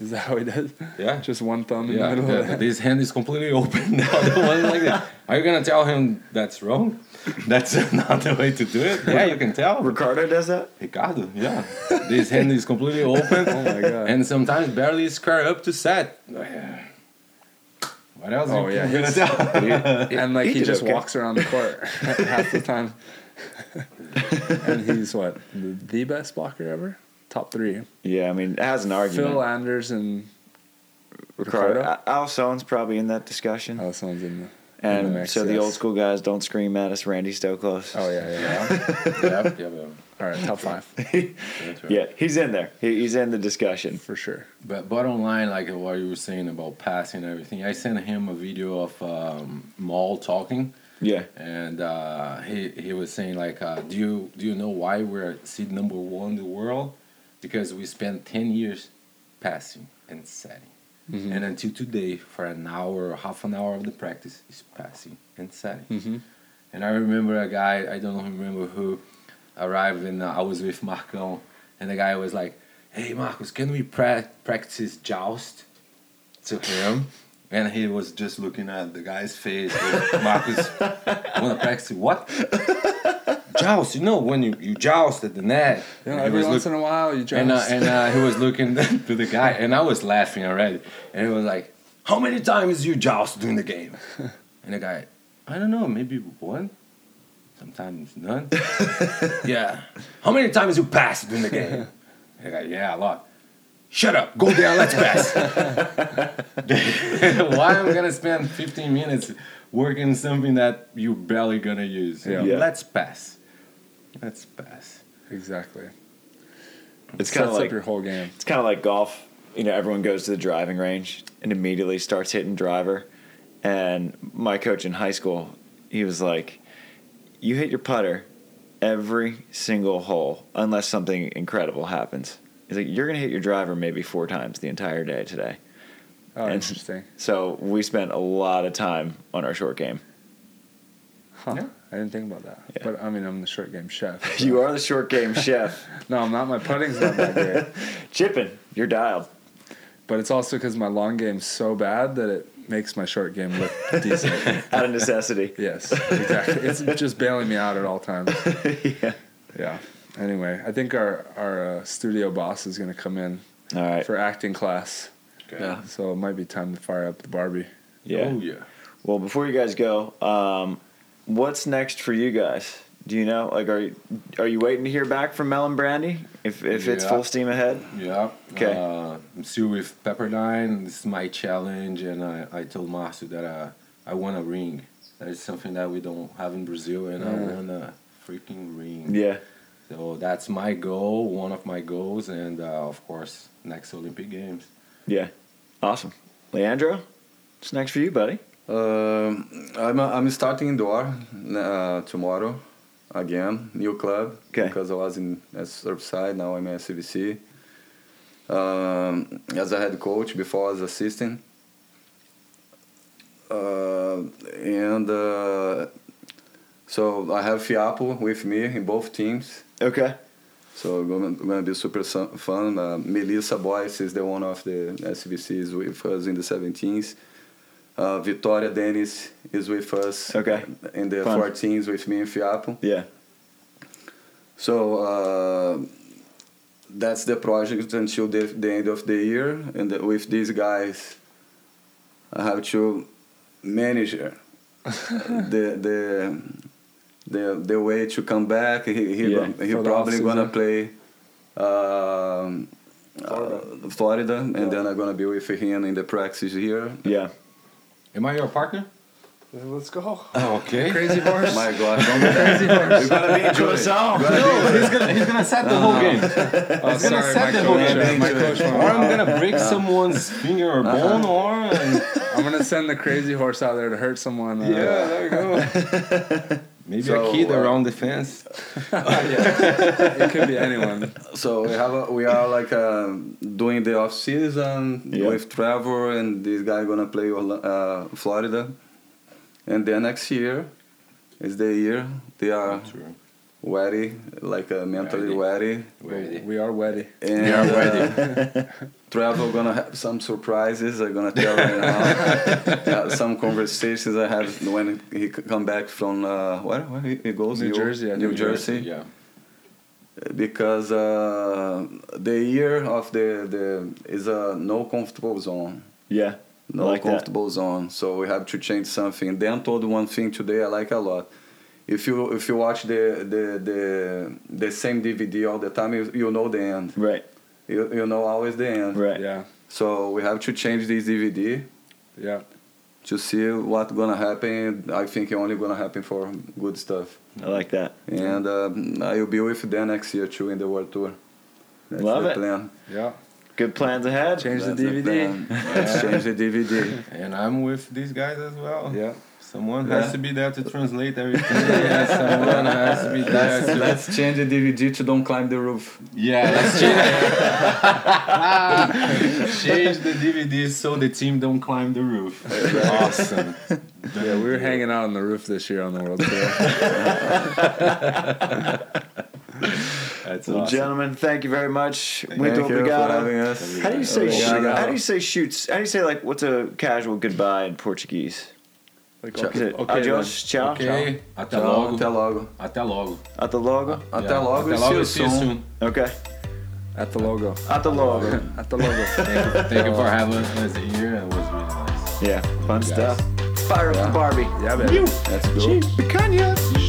Speaker 1: Is that how he does?
Speaker 4: Yeah.
Speaker 1: Just one thumb in
Speaker 4: Yeah,
Speaker 1: the middle
Speaker 4: yeah,
Speaker 1: of the
Speaker 4: but his hand is completely open. The other one is like that. Are you gonna tell him that's wrong? That's not the way to do it. Yeah, you can tell.
Speaker 2: Ricardo does that.
Speaker 4: Ricardo, yeah, this hand is completely open,
Speaker 1: Oh my god.
Speaker 4: and sometimes barely square up to set. What else?
Speaker 1: Oh,
Speaker 4: you
Speaker 1: yeah,
Speaker 4: gonna
Speaker 1: his-
Speaker 4: tell?
Speaker 1: and like
Speaker 2: he
Speaker 1: he,
Speaker 2: did
Speaker 1: just
Speaker 2: okay.
Speaker 1: walks around the court half the time. and he's what the, the best blocker ever, top three.
Speaker 2: Yeah, I mean, it has an argument.
Speaker 1: Phil Anders and
Speaker 2: Ricardo,
Speaker 4: Uh,
Speaker 1: Ricardo.
Speaker 2: Al Son's probably in that discussion,
Speaker 1: Oh, someone's in. The,
Speaker 2: and
Speaker 1: in the mix,
Speaker 2: so the
Speaker 1: yes.
Speaker 2: old school guys don't scream at us. Randy's still close.
Speaker 1: oh yeah, yeah.
Speaker 4: Yeah, yeah, yeah, yeah.
Speaker 1: All right, top five
Speaker 4: That's right.
Speaker 2: yeah, he's in there. He, he's in the discussion.
Speaker 1: for sure.
Speaker 4: But bottom line, like what you were saying about passing and everything, I sent him a video of um, Maul talking.
Speaker 2: Yeah,
Speaker 4: and uh, he he was saying like, uh, do you do you know why we're seed number one in the world? Because we spent ten years passing and setting,
Speaker 1: Mm-hmm.
Speaker 4: and until today, for an hour or half an hour of the practice is passing and setting.
Speaker 1: Mm-hmm.
Speaker 4: And I remember a guy I don't remember who arrived, and uh, I was with Marcão, and the guy was like, "Hey, Marcos, can we pra- practice joust?" to him, and he was just looking at the guy's face. Like, Marcus, wanna practice what? joust, you know when you, you joust at the net.
Speaker 1: You know,
Speaker 4: And he
Speaker 1: every
Speaker 4: was
Speaker 1: once
Speaker 4: look-
Speaker 1: in a while, you
Speaker 4: and, uh,
Speaker 1: just
Speaker 4: and uh, he was looking to the guy, and I was laughing already. And he was like, "How many times you joust during the game?" And the guy, "I don't know, maybe one, sometimes none." yeah. How many times you pass during the game? And the guy, "Yeah, a lot." Shut up! Go down. Let's pass. Why am I gonna spend 15 minutes working something that you barely gonna use?
Speaker 1: Yeah.
Speaker 2: Yeah.
Speaker 4: Let's pass. Let's pass.
Speaker 1: exactly.
Speaker 2: it's
Speaker 1: Sets
Speaker 2: kind of
Speaker 1: up
Speaker 2: like
Speaker 1: your whole game.
Speaker 2: it's kind of like golf. You know, everyone goes to the driving range and immediately starts hitting driver. And my coach in high school, he was like, "You hit your putter every single hole unless something incredible happens." He's like, "You're gonna hit your driver maybe four times the entire day today."
Speaker 1: Oh,
Speaker 2: And-
Speaker 1: interesting.
Speaker 2: So we spent a lot of time on our short game.
Speaker 1: Huh. I didn't think about that. But I mean, I'm the short game chef. so-
Speaker 2: You are the short game chef.
Speaker 1: No, I'm not. My putting's not that great.
Speaker 2: Chipping, you're dialed.
Speaker 1: But it's also because my long game's so bad that it makes my short game look decent.
Speaker 2: Out of necessity.
Speaker 1: Yes, exactly. it's just bailing me out at all times.
Speaker 2: yeah.
Speaker 1: Yeah. Anyway, I think our our uh, studio boss is going to come in
Speaker 2: All right.
Speaker 1: for acting class,
Speaker 2: Yeah.
Speaker 1: so it might be time to fire up the Barbie.
Speaker 2: Yeah.
Speaker 4: Oh yeah.
Speaker 2: Well, before you guys go, um, what's next for you guys? Do you know? Like, are you, are you waiting to hear back from Melon Brandy? If if it's
Speaker 4: Yeah.
Speaker 2: full steam ahead,
Speaker 4: Yeah.
Speaker 2: Okay.
Speaker 4: Uh, I'm still with Pepperdine. This is my challenge, and I, I told Marcio that uh, I want a ring. That is something that we don't have in Brazil, and I
Speaker 1: Yeah.
Speaker 4: want a freaking ring.
Speaker 2: yeah,
Speaker 4: So that's my goal, one of my goals, and uh, of course, next Olympic Games.
Speaker 2: yeah, awesome. Leandro, what's next for you, buddy?
Speaker 3: Um I'm I'm starting indoor uh, tomorrow again, new club.
Speaker 2: Okay.
Speaker 3: Because I was in at Surfside, now I'm at CVC. Um, as a head coach before as assistant. Uh, and uh, so I have Fiapo with me in both teams.
Speaker 2: Okay.
Speaker 3: So going gonna be super su- fun. Uh, Melissa Boyce is the one of the SBCs with us in the 17th. Uh, Victoria Dennis is with us
Speaker 2: Okay.
Speaker 3: in the
Speaker 2: Fun.
Speaker 3: 14th with me and Fiapo.
Speaker 2: Yeah.
Speaker 3: So uh, that's the project until the, the end of the year, and the, with these guys, I have to manage uh, the the the the way to come back. He he,
Speaker 2: Yeah,
Speaker 3: he
Speaker 1: for the
Speaker 3: probably
Speaker 1: off-season.
Speaker 3: gonna play. Um, Florida. Uh, Florida, and
Speaker 1: Yeah.
Speaker 3: then I'm gonna be with him in the practice here.
Speaker 2: Yeah.
Speaker 4: Am I your partner? Oh,
Speaker 1: Let's go.
Speaker 4: Okay.
Speaker 1: Crazy horse.
Speaker 3: My God, don't do that.
Speaker 1: Crazy horse.
Speaker 3: you're gonna be enjoying.
Speaker 4: No, he's gonna he's gonna set the whole game.
Speaker 1: Oh,
Speaker 4: He's gonna
Speaker 1: sorry,
Speaker 4: set
Speaker 1: my
Speaker 4: the
Speaker 1: coach.
Speaker 4: whole
Speaker 1: uh,
Speaker 4: game.
Speaker 1: My coach.
Speaker 4: Or
Speaker 1: went
Speaker 4: I'm
Speaker 1: out.
Speaker 4: gonna break someone's finger or bone, or and
Speaker 1: I'm gonna send the crazy horse out there to hurt someone. Uh,
Speaker 4: there you go. Maybe
Speaker 3: So,
Speaker 4: a kid
Speaker 3: uh,
Speaker 4: around the fence.
Speaker 1: It could be anyone.
Speaker 3: so we have a, we are like uh, doing the off season
Speaker 2: Yeah.
Speaker 3: with Trevor and this guy gonna play Orla- uh, Florida, and then next year is the year they are ready, like uh, mentally ready,
Speaker 4: Wait.
Speaker 1: We are ready.
Speaker 3: and
Speaker 4: They are
Speaker 3: uh, Trevor gonna have some surprises. I'm gonna tell right now. Uh, some conversations I had when he c- come back from uh, where where he he goes
Speaker 1: New Jersey, I
Speaker 3: New
Speaker 1: think.
Speaker 3: Jersey
Speaker 4: Yeah.
Speaker 3: because uh, the year of the, the is a no comfortable zone
Speaker 2: Yeah.
Speaker 3: no
Speaker 2: Like that.
Speaker 3: comfortable zone so we have to change something dan told one thing today i like a lot if you if you watch the the the, the same dvd all the time you, you know the end
Speaker 2: Right.
Speaker 3: you, you know always the end
Speaker 2: Right.
Speaker 1: Yeah.
Speaker 3: so we have to change this dvd
Speaker 1: Yeah.
Speaker 3: to see what gonna happen i think it only gonna happen for good stuff
Speaker 2: I like that.
Speaker 3: and uh, i'll be with dan next year too in the world tour that's
Speaker 2: Love
Speaker 3: the
Speaker 2: it.
Speaker 3: plan
Speaker 1: Yeah.
Speaker 2: Good plans ahead.
Speaker 1: Change the
Speaker 3: That's the
Speaker 1: DVD.
Speaker 3: plan. Let's change the DVD.
Speaker 4: And I'm with these guys as
Speaker 2: Oh.
Speaker 4: well.
Speaker 1: Yeah.
Speaker 4: Someone
Speaker 3: Yeah.
Speaker 4: has to be there to translate everything. yeah, someone has to be there.
Speaker 3: Let's,
Speaker 4: To,
Speaker 3: let's change the DVD to Don't Climb the Roof.
Speaker 4: yeah, let's change. change the DVD so the team don't climb the roof. Awesome.
Speaker 1: Yeah, we were hanging out on the roof this year on the World Tour.
Speaker 4: That's
Speaker 2: Well,
Speaker 4: awesome.
Speaker 2: Gentlemen, thank you very much.
Speaker 3: Thank
Speaker 2: Muito
Speaker 3: you for having
Speaker 2: obrigado.
Speaker 3: us.
Speaker 2: How do you say shoot?
Speaker 1: Obrigado.
Speaker 2: How do you say shoots? How do you say like what's a casual goodbye in Portuguese?
Speaker 1: Like,
Speaker 2: Is it
Speaker 1: okay,
Speaker 2: adios, tchau,
Speaker 4: Okay. Até
Speaker 3: Tchau,
Speaker 4: logo.
Speaker 3: até logo.
Speaker 4: Até logo.
Speaker 2: até logo.
Speaker 3: Até
Speaker 4: Yeah.
Speaker 3: logo
Speaker 4: Até
Speaker 3: e see
Speaker 4: logo. e
Speaker 3: you
Speaker 4: See you
Speaker 3: soon.
Speaker 4: soon.
Speaker 2: Okay,
Speaker 1: At the logo.
Speaker 2: até logo.
Speaker 1: At the logo.
Speaker 4: Thank you, thank you for having us here. It was really nice.
Speaker 2: Yeah, fun
Speaker 4: Guys.
Speaker 2: stuff. Fire up the Barbie.
Speaker 1: Yeah, baby.
Speaker 3: Let's go.
Speaker 2: Picanha.